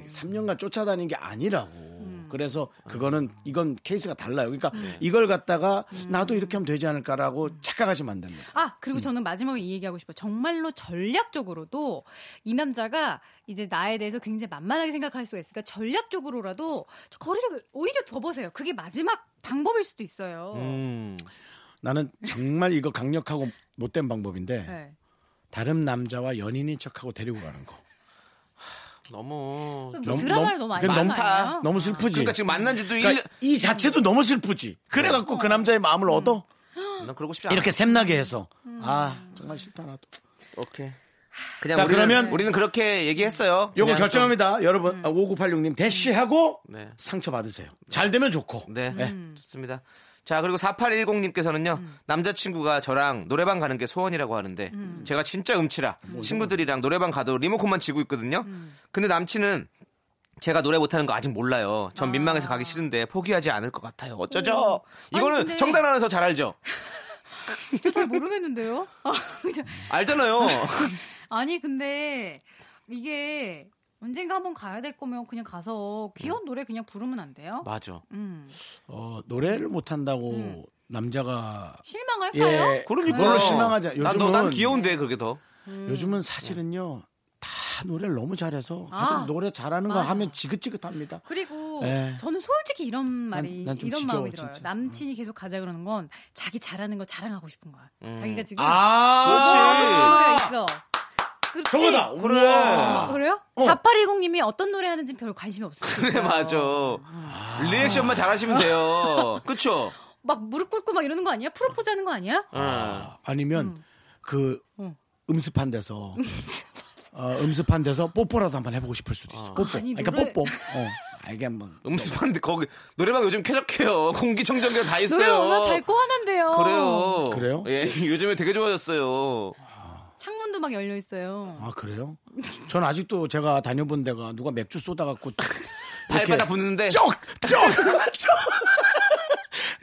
S2: 아.
S1: 3년간 쫓아다닌 게 아니라고.
S2: 음.
S1: 그래서 그거는 이건 케이스가 달라요. 그러니까
S2: 네.
S1: 이걸 갖다가
S2: 음.
S1: 나도 이렇게 하면 되지 않을까라고 착각하시면 안 됩니다.
S11: 아 그리고 저는 마지막에 이 얘기하고 싶어요. 정말로 전략적으로도 이 남자가 이제 나에 대해서 굉장히 만만하게 생각할 수가 있으니까 전략적으로라도 저 거리를 오히려 더 보세요. 그게 마지막 방법일 수도 있어요.
S2: 음.
S1: 나는 정말 이거 강력하고 못된 방법인데
S11: 네.
S1: 다른 남자와 연인인 척하고 데리고 가는 거.
S11: 뭐
S2: 너무
S1: 너무-
S11: 드라마를
S1: 너무-
S11: 너무 많이
S1: 그건
S11: 보는
S1: 너무
S11: 거 아니에요?
S1: 너무 슬프지.
S2: 그러니까 지금 만난 지도
S1: 그러니까
S2: 1년
S1: 이 자체도 너무 슬프지. 그래갖고 그 남자의 마음을 얻어
S2: 난 그러고 싶지 않아.
S1: 이렇게 샘나게 해서
S2: 음.
S1: 아 정말 싫다 나도.
S2: 오케이. 그냥
S1: 자,
S2: 우리는,
S1: 그러면-
S2: 우리는 그렇게 얘기했어요.
S1: 요거
S2: 그냥 좀-
S1: 결정합니다.
S2: 음.
S1: 여러분 아, 5986님 대쉬하고
S2: 네.
S1: 상처 받으세요. 잘 되면 좋고.
S2: 네.
S1: 네.
S2: 좋습니다. 자, 그리고 4810님께서는요, 남자친구가 저랑 노래방 가는 게 소원이라고 하는데, 제가 진짜 음. 음치라, 음. 친구들이랑 노래방 가도 리모컨만 쥐고 있거든요. 근데 남친은 제가 노래 못하는 거 아직 몰라요. 전 민망해서 가기 싫은데 포기하지 않을 것 같아요. 어쩌죠?
S11: 아니,
S2: 이거는
S11: 근데-
S2: 정당 안에서 잘 알죠?
S11: 저 잘 모르겠는데요. 아, 그냥
S2: 알잖아요.
S11: 아니 근데 이게 언젠가 한번 가야 될 거면 그냥 가서 귀여운
S1: 음.
S11: 노래 그냥 부르면 안 돼요?
S2: 맞아.
S11: 음.
S1: 어, 노래를 못한다고 남자가
S11: 실망할까요?
S1: 예
S2: 그러니까.
S1: 그걸로 실망하지. 않-
S2: 난,
S1: 요즘은
S2: 너- 난 귀여운데, 그게 더.
S1: 요즘은 사실은요 다 노래를 너무 잘해서 계속
S11: 아.
S1: 노래 잘하는 거
S11: 맞아.
S1: 하면 지긋지긋합니다.
S11: 그리고
S1: 예.
S11: 저는 솔직히 이런 말이
S1: 난- 난좀
S11: 이런
S1: 지겨워,
S11: 마음이 들어요.
S1: 진짜.
S11: 남친이 계속 가자 그러는 건 자기 잘하는 거 자랑하고 싶은 거야.
S1: 음.
S11: 자기가 지금
S1: 아!
S11: 노래
S2: 그렇지.
S11: 있어. 그렇지.
S1: 저거다. 우와.
S11: 그래요?
S1: 어.
S11: 4810님이 어떤 노래 하는지 별로 관심이 없어요.
S2: 그래, 네, 맞아. 리액션만 잘하시면 돼요. 그쵸?
S11: 막 무릎 꿇고 막 이러는 거 아니야? 프로포즈 하는 거 아니야?
S2: 응.
S1: 아니면
S11: 음.
S1: 그 음습한 데서 어, 음습한 데서 뽀뽀라도 한번 해보고 싶을 수도 있어. 뽀뽀.
S11: 아니,
S1: 그러니까
S11: 노래-
S1: 뽀뽀. 어. 아, 이게 한번
S2: 음습한데 거기 노래방 요즘 쾌적해요. 공기청정기가 다 있어요.
S11: 노래 오면 밝고 화난대요.
S2: 그래요.
S1: 그래요?
S2: 예, 요즘에 되게 좋아졌어요.
S11: 창문도 막 열려 있어요.
S1: 아 그래요? 전 아직도 제가 다녀본 데가 누가 맥주 쏟아갖고
S2: 발바닥 붙는데 예,
S1: 쪽쪽쪽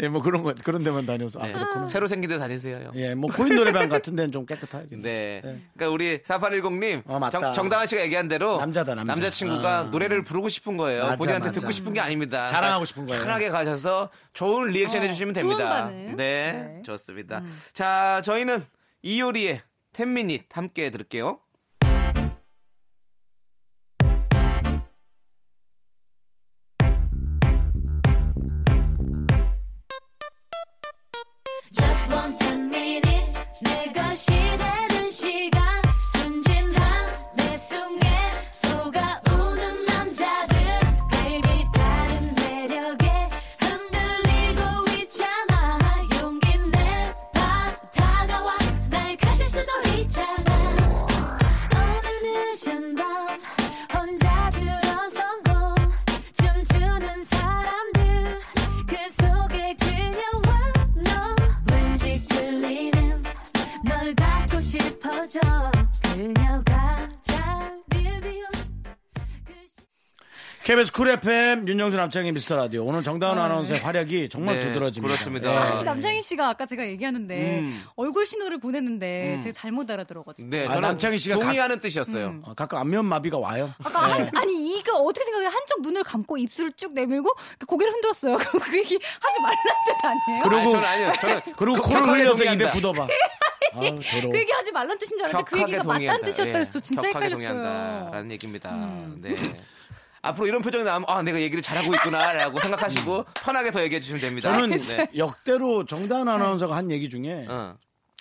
S1: 예뭐 그런 거 그런 데만 다녀서 아
S2: 네,
S1: 그렇구나
S2: 새로 생긴 데 다니세요.
S1: 예뭐 코인 노래방 같은 데는 좀 예. 깨끗하게
S2: 네. 그러니까 우리 4810님
S1: 어, 맞다.
S2: 정, 정다은 씨가 얘기한 대로
S1: 남자다, 남자.
S2: 친구가
S1: 아.
S2: 노래를 부르고 싶은 거예요.
S1: 맞아,
S2: 본인한테
S1: 맞아.
S2: 듣고 싶은 게 아닙니다. 그러니까
S1: 자랑하고 싶은 거예요.
S2: 편하게 가셔서 좋은 리액션
S11: 어,
S2: 해주시면
S11: 좋은
S2: 됩니다.
S11: 반응.
S2: 네,
S11: 네.
S2: 좋습니다. 자, 저희는 이효리의 10미닛 함께 들을게요.
S3: Just want to minute 내 것이 되는 시간 순진한 내 숨에 속아 우는 남자들 baby 다른 매력에 흔들리고 있잖아 용기 내봐 다가와 날 가질 수도 있잖아 어느 늦은 밤 혼자 들어선 곳 춤추는 사람들 그 속에 그녀와 너 왠지 끌리는 널 받고 싶어져 그녀가 자리를 비운 그 시-
S1: KBS 쿨 FM 윤정수 남창희 미스터 라디오 오늘 정다은 아나운서의 활약이 정말
S2: 네,
S1: 두드러집니다. 예.
S2: 그렇습니다.
S1: 네.
S11: 특히 남장희 씨가 아까 제가 얘기하는데
S1: 음.
S11: 얼굴 신호를 보냈는데 제가 잘못 알아들어가지고
S2: 네,
S1: 아,
S2: 저는
S1: 남창희 씨가
S2: 동의하는 뜻이었어요.
S1: 어, 가끔 안면 마비가 와요. 예.
S11: 아까
S2: 네.
S11: 한- 아니 이거 어떻게 생각해 한쪽 눈을 감고 입술을 쭉 내밀고 그 고개를 흔들었어요 그럼 그 얘기 하지 말라는 뜻 아니에요?
S1: 그리고
S2: 아니, 저는 아니요. 저는
S1: 그리고 코를
S2: 격하게
S1: 흘려서
S2: 동의한다. 네.
S1: 입에 굳어봐. 아우 더러워.
S11: 그 얘기 하지 말란 뜻인 줄 알았는데 그
S2: 격하게
S11: 얘기가
S2: 동의한다. 예,
S11: 맞다는 뜻이었다 해서 저 진짜
S2: 격하게
S11: 헷갈렸어요 음.
S2: 동의한다라는 얘기입니다. 네. 앞으로 이런 표정이 나오면 아 내가 얘기를 잘하고 있구나라고
S11: 음.
S2: 생각하시고 편하게 더 얘기해 주시면 됩니다.
S1: 저는
S2: 네.
S1: 역대로
S11: 네.
S1: 정다은 아나운서가 한 얘기 중에
S2: 어.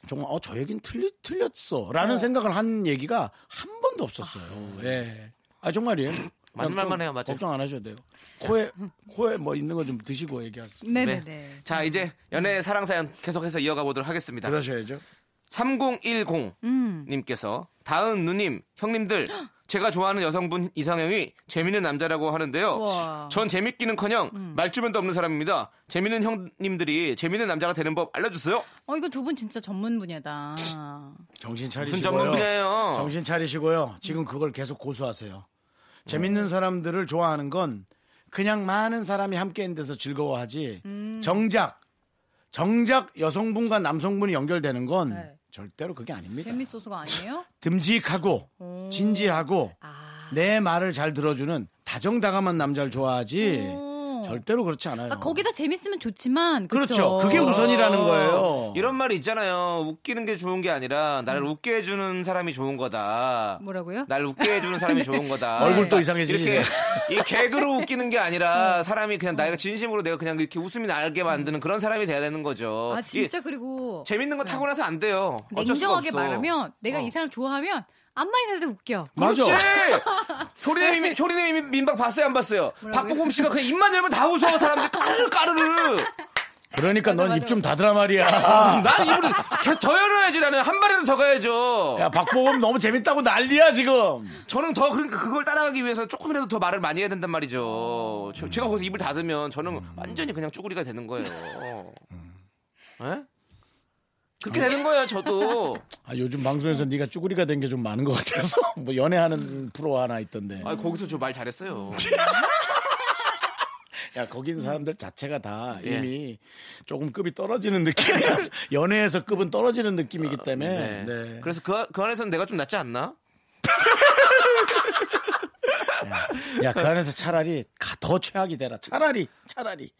S1: 정말 어, 저 얘긴
S11: 네.
S1: 틀리, 틀렸어라는 생각을 한 얘기가 한 번도 없었어요. 예. 아 정말이에요.
S2: 맞는
S1: 그냥
S2: 말만 해요,
S1: 그-
S2: 맞아요.
S1: 걱정 안 하셔도 돼요. 코에 코에 뭐 있는 거 좀 드시고 얘기하세요.
S11: 네네네
S2: 자 이제 연애 사랑 사연 계속해서 이어가 보도록 하겠습니다.
S1: 그러셔야죠.
S2: 3010 님께서 다은 누님 형님들 제가 좋아하는 여성분 이상형이 재밌는 남자라고 하는데요.
S11: 우와.
S2: 전 재밌기는커녕 말주변도 없는 사람입니다. 재밌는 형님들이 재밌는 남자가 되는 법 알려주세요.
S11: 어 이거 두 분 진짜 전문 분야다
S1: 정신
S2: 무슨
S1: 차리시고요.
S2: 전문분야예요.
S1: 정신 차리시고요. 지금 그걸 계속 고수하세요.
S2: 어.
S1: 재밌는 사람들을 좋아하는 건 그냥 많은 사람이 함께 있는 데서
S11: 음.
S1: 즐거워하지. 정작 정작 여성분과 남성분이 연결되는 건
S11: 네.
S1: 절대로 그게 아닙니다.
S11: 재밌어서가 아니에요?
S1: 듬직하고 진지하고
S11: 아.
S1: 내 말을 잘 들어주는 다정다감한 남자를 좋아하지
S2: 예.
S11: 오.
S1: 절대로 그렇지 않아요.
S11: 어. 아, 거기다 재밌으면 좋지만
S1: 그렇죠
S11: 그렇죠.
S1: 그게 우선이라는 거예요.
S2: 이런 말이 있잖아요. 웃기는 게 좋은 게 아니라 나를 웃게 해주는 사람이 좋은 거다.
S11: 뭐라고요?
S2: 날 웃게 해주는 사람이 좋은 거다.
S1: 얼굴 또 이상해지시네.
S2: 이렇게 이 개그로 웃기는 게 아니라 사람이 그냥 나이가 진심으로 내가 그냥 이렇게 웃음이 날게 만드는 그런 사람이 돼야 되는 거죠.
S11: 아 진짜
S2: 이
S11: 그리고
S2: 예. 재밌는 거 타고나서 안 돼요. 어쩔 수가
S11: 냉정하게
S2: 없어.
S11: 말하면 내가
S2: 어.
S11: 이 사람 좋아하면 안만이라도 웃겨.
S1: 맞아.
S2: 그렇지. 효리네 민- 효리네 민- 민박 봤어요 안 봤어요? 박보검 씨가 그냥 입만 열면 다 웃어 사람들 이 까르르 까르르.
S1: 그러니까 넌
S11: 맞아,
S1: 입 좀
S11: 맞아.
S1: 닫으라 말이야.
S2: 난 입을 겨- 더 열어야지 나는 한 발이라도 더 가야죠.
S1: 야 박보검 너무 재밌다고 난리야 지금.
S2: 저는 더 그러니까 그걸 따라가기 위해서 조금이라도 더 말을 많이 해야 된단 말이죠. 저- 제가 거기서 입을 닫으면 저는 완전히 그냥 쭈구리가 되는 거예요. 예? 그렇게 되는 거예요, 저도.
S1: 아, 요즘 방송에서 네가 쭈구리가 된 게 좀 많은 것 같아서 뭐 연애하는 프로 하나 있던데.
S2: 아, 거기서 저 말 잘했어요.
S1: 야 거긴 사람들 자체가 다
S2: 예.
S1: 이미 조금 급이 떨어지는 느낌이라서 연애에서 급은 떨어지는 느낌이기
S2: 네.
S1: 때문에. 네.
S2: 그래서 그, 그 안에서는 내가 좀 낫지 않나?
S1: 야, 그 안에서 차라리 가- 더 최악이 되라. 차라리, 차라리.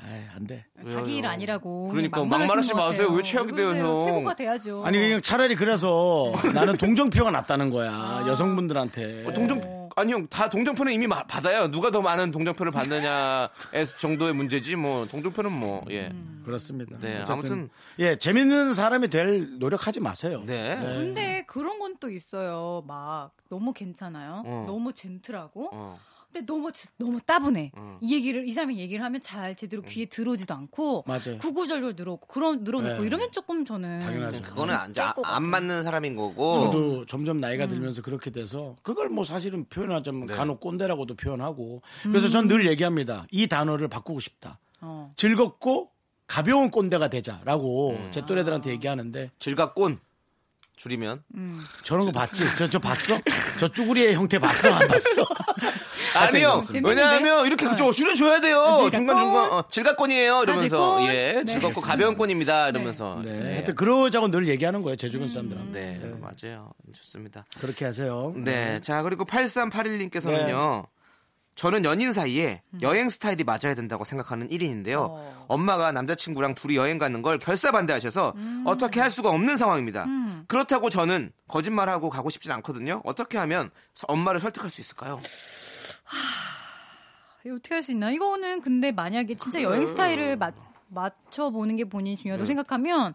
S1: 아이, 안 돼.
S2: 왜요?
S11: 자기 일 아니라고.
S2: 그러니까
S11: 막말하시는
S2: 막말하지
S11: 것
S2: 마세요.
S11: 같아요.
S2: 왜 최악이
S11: 왜 그러세요?
S2: 돼요, 형?
S11: 최고가 돼야죠.
S1: 아니, 그냥 차라리 그래서 나는 동정표가 났다는 거야. 여성분들한테.
S2: 아. 어,
S11: 네.
S2: 동정, 아니 형, 다 동정표는 이미 마- 받아요. 누가 더 많은 동정표를 받느냐 정도의 문제지, 뭐, 동정표는 뭐, 예.
S11: 음.
S1: 그렇습니다.
S2: 네,
S1: 어쨌든,
S2: 아무튼.
S1: 예, 재밌는 사람이 될 노력하지 마세요.
S2: 네.
S11: 근데 그런 건 또 있어요. 막 너무 괜찮아요.
S2: 어.
S11: 너무 젠틀하고.
S2: 어.
S11: 근데 너무 지- 너무 따분해. 이 얘기를 이 사람이 얘기를 하면 잘
S2: 음.
S11: 제대로 귀에 들어오지도 않고
S1: 맞아요.
S11: 구구절절 늘어놓고 그런 늘어놓고
S1: 네.
S11: 이러면 조금 저는
S1: 당연하죠.
S2: 그거는 안, 자-
S11: 것
S2: 안 맞는 사람인
S11: 음.
S2: 거고.
S11: 어.
S1: 저도 점점 나이가 들면서 그렇게 돼서 그걸 뭐 사실은 표현하자면 간혹 꼰대라고도 표현하고 그래서 전 늘 얘기합니다. 이 단어를 바꾸고 싶다.
S11: 음. 어.
S1: 즐겁고 가벼운 꼰대가 되자라고 제
S11: 아.
S1: 또래들한테 얘기하는데
S2: 즐겁곤 줄이면
S11: 음.
S1: 저런 거 봤지? 저, 저 봤어? 저 쭈구리의 형태 봤어? 안 봤어?
S2: 아니요.
S11: 재밌는데?
S2: 왜냐하면 이렇게
S11: 어. 아,
S2: 좀 줄여줘야 돼요.
S11: 즐겁고.
S2: 중간 중간 어, 즐겁권이에요.
S11: 다들
S2: 이러면서
S11: 아, 꼰.
S2: 예
S11: 네.
S2: 즐겁고 가벼운 권입니다. 이러면서
S1: 네.
S2: 예.
S1: 하여튼 그러자고 늘 얘기하는 거예요.
S11: 음.
S1: 제 주변 사람들한테.
S2: 네, 맞아요. 좋습니다.
S1: 그렇게 하세요.
S2: 네, 자 그리고
S11: 네.
S2: 8381님께서는요. 저는 연인 사이에
S11: 음.
S2: 여행 스타일이 맞아야 된다고 생각하는 1인인데요.
S11: 어.
S2: 엄마가 남자친구랑 둘이 여행 가는 걸 결사반대하셔서
S11: 음.
S2: 어떻게 할 수가 없는 상황입니다. 그렇다고 저는 거짓말하고 가고 싶진 않거든요. 어떻게 하면 서- 엄마를 설득할 수 있을까요?
S11: 이거 어떻게 할 수 있나? 이거는 근데 만약에
S2: 네.
S11: 진짜 여행 스타일을 맞, 맞춰보는 게 본인이 중요하다고 생각하면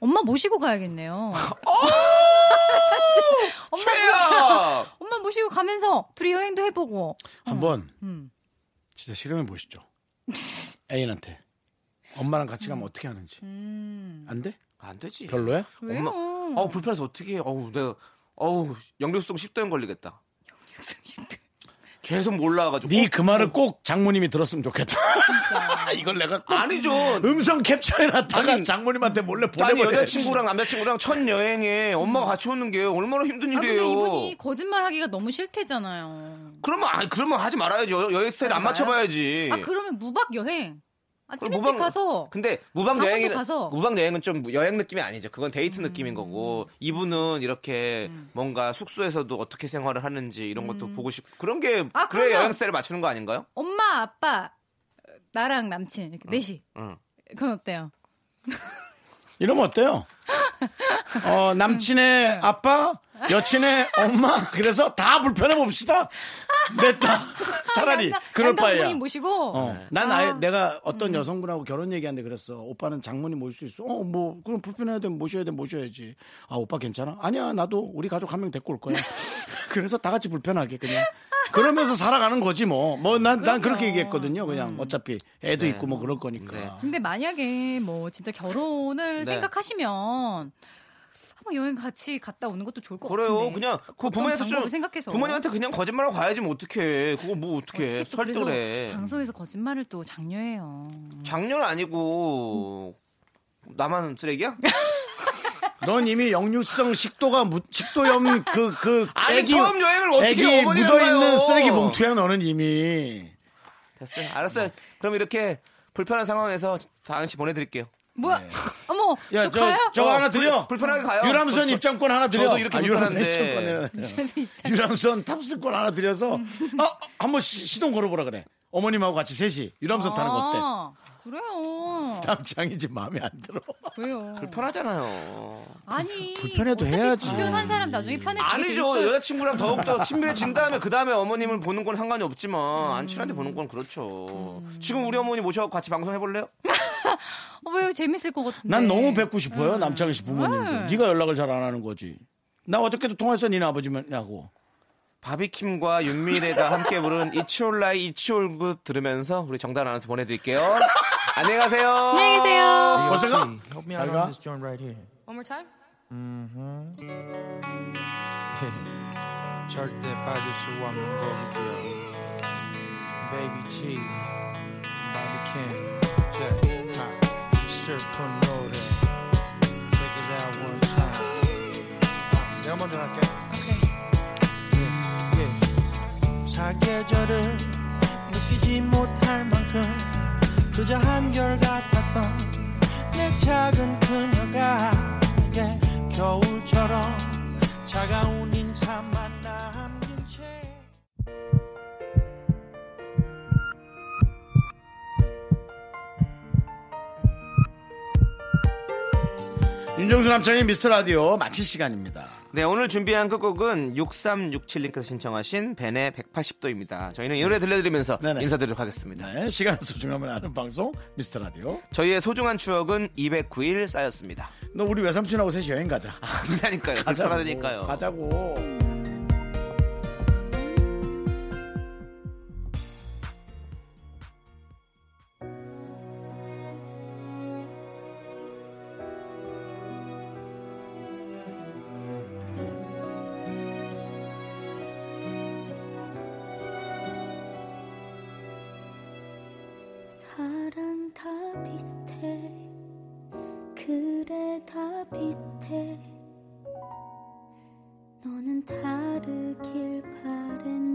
S11: 엄마 모시고 가야겠네요. 엄마 모시고,
S2: 어! 최악!
S11: 엄마 모시고 가면서 둘이 여행도 해보고.
S1: 한번
S11: 음.
S1: 진짜 실험해 보시죠. 애인한테. 엄마랑 같이 가면 어떻게 하는지.
S11: 음.
S1: 안 돼?
S2: 안 되지.
S1: 별로야?
S11: 왜요?
S2: 엄마, 어우 불편해서 어떻게 해? 어우 내가 어우 영력성 10단 걸리겠다. 계속 몰라가지고.
S1: 네
S2: 어,
S1: 그 말을 꼭 장모님이 들었으면 좋겠다. 이걸 내가 꼭
S2: 아니죠.
S1: 음성 캡처해놨다가
S2: 아니,
S1: 장모님한테 몰래
S2: 아니
S1: 보내버려.
S2: 여자친구랑 남자친구랑 첫 여행에 엄마가 같이 오는 게 얼마나 힘든
S11: 아, 근데
S2: 일이에요.
S11: 이분이 거짓말하기가 너무 싫대잖아요.
S2: 그러면 아니 그러면 하지 말아야죠. 여행 스타일 안
S11: 그런가요?
S2: 맞춰봐야지.
S11: 아 그러면 무박 여행. 아
S2: 예. 그럼
S11: 찌릿찌릿
S2: 무방-
S11: 가서.
S2: 근데 무방
S11: 강원도
S2: 여행이
S11: 가서. 음.
S2: 무방 여행은 좀 여행 느낌이 아니죠. 그건 데이트 느낌인 거고 이분은 이렇게 뭔가 숙소에서도 어떻게 생활을 하는지 이런 것도 보고 싶고 그런 게
S11: 음. 아,
S2: 그래
S11: 그러면-
S2: 여행 스타일을 맞추는 거 아닌가요?
S11: 엄마 아빠 나랑 남친 이렇게 넷이.
S2: 응.
S11: 그건 어때요?
S1: 이러면 어때요? 어, 남친의 아빠, 여친의 엄마, 그래서 다 불편해 봅시다. 냈다. 차라리
S11: 양가-
S1: 그럴
S11: 양가
S1: 바에야.
S11: 부모님 모시고.
S1: 어,
S2: 네.
S1: 난 아예 음. 내가 어떤 여성분하고 결혼 얘기하는데 그랬어. 오빠는 장모님 모실 수 있어. 어, 뭐 그럼 불편해야 되면 모셔야 돼 모셔야지. 아 오빠 괜찮아? 아니야 나도 우리 가족 한 명 데리고 올 거야. 그래서 다 같이 불편하게 그냥. 그러면서 살아가는 거지 뭐. 뭐 난 난 그렇게 얘기했거든요. 그냥 어차피
S2: 네.
S1: 애도 있고 뭐 그럴 거니까.
S11: 근데 만약에 뭐 진짜 결혼을
S2: 네.
S11: 생각하시면 한번 여행 같이 갔다 오는 것도 좋을 것
S2: 그래요.
S11: 같은데.
S2: 그냥 그
S11: 어떤
S2: 부모님한테 좀
S11: 방법을 생각해서
S2: 부모님한테 그냥 거짓말하고 가야지 뭐 어떡해. 그거 뭐 어떡해.
S11: 어떻게 또 그래서
S2: 설득을 해. 네.
S11: 방송에서 거짓말을 또 장려해요.
S2: 작년 아니고 나만 쓰레기야?
S1: 넌 이미 역류성 식도가 무- 식도염 그그
S2: 아니, 처음 여행을 어떻게
S1: 애기
S2: 어머니랑
S1: 묻어 있는
S2: 가요?
S1: 쓰레기 봉투야 너는 이미.
S2: 네. 됐어요. 알았어요. 그럼 이렇게 불편한 상황에서 다같씨 보내드릴게요.
S11: 뭐야? 어머,
S1: 야,
S11: 저,
S1: 저,
S11: 가요?
S1: 저거 하나 드려.
S2: 불- 불편하게 가요.
S1: 유람선
S2: 저- 저-
S1: 입장권 하나 드려. 아,
S2: 저도 이렇게
S1: 유람선
S2: 불편한데.
S1: 입장권이 아니라.
S11: 그래서 입장-
S1: 유람선 탑승권 하나 드려서 아, 아, 한번 시- 시동 걸어보라 그래. 어머님하고 같이 셋이 유람선 타는 거 어때?
S11: 아, 그래요.
S1: 남창이 지금 마음에 안 들어.
S11: 왜요?
S2: 편하잖아요.
S11: 아니
S1: 불편해도
S11: 어차피
S1: 해야지.
S11: 불편한 사람 나중에 편해지게
S1: 예.
S2: 아니죠. 여자친구랑 더욱더 친밀해진 다음에 그 다음에 어머님을 보는 건 상관이 없지만 안 친한데 보는 건 그렇죠. 지금 우리 어머니 모셔서 같이 방송 해볼래요?
S11: 어, 왜요? 재밌을 것 같은데.
S1: 난 너무 뵙고 싶어요. 남창희 씨 부모님도.
S11: 음.
S1: 네가 연락을 잘 안 하는 거지. 나 어저께도 통화했어 니네 아버지하고.
S2: 바비킴과 윤미래가 함께 부른 It's All Right, It's All Good 들으면서 우리 정단 아나운서 보내드릴게요. 안녕히 가세요.
S11: 안녕히 계세요.
S1: 벌써 가?
S4: Help me
S1: out on this
S4: joint right here.
S11: One more time.
S4: Mm-hmm. 절대 빠질 수 없는 곡이고요. Baby G, Bobby King, Jack, Ha, 이 슬픈 노래. Check it out one time. 내가 먼저 할게. Yeah, yeah. 사계절을 느끼지 못할 만큼 그저 한결 같았던 내 작은 그녀가 내게 겨울처럼 차가운 인사만 남긴 채
S1: 윤정수 남창희 미스터 라디오 마칠 시간입니다.
S2: 네, 오늘 준비한 끝곡은 6367님께서 신청하신 벤의 180도입니다. 저희는 이 노래 들려드리면서
S1: 네네.
S2: 인사드리도록 하겠습니다.
S1: 네, 시간 소중함을 아는 방송 미스터 라디오.
S2: 저희의 소중한 추억은 209일 쌓였습니다.
S1: 너 우리 외삼촌하고 셋이 여행 가자. 뭐.
S2: 그러니까요. 불편하니까요.
S1: 가자고.
S5: 사랑 다 비슷해 그래 다 비슷해 너는 다르길 바랬는데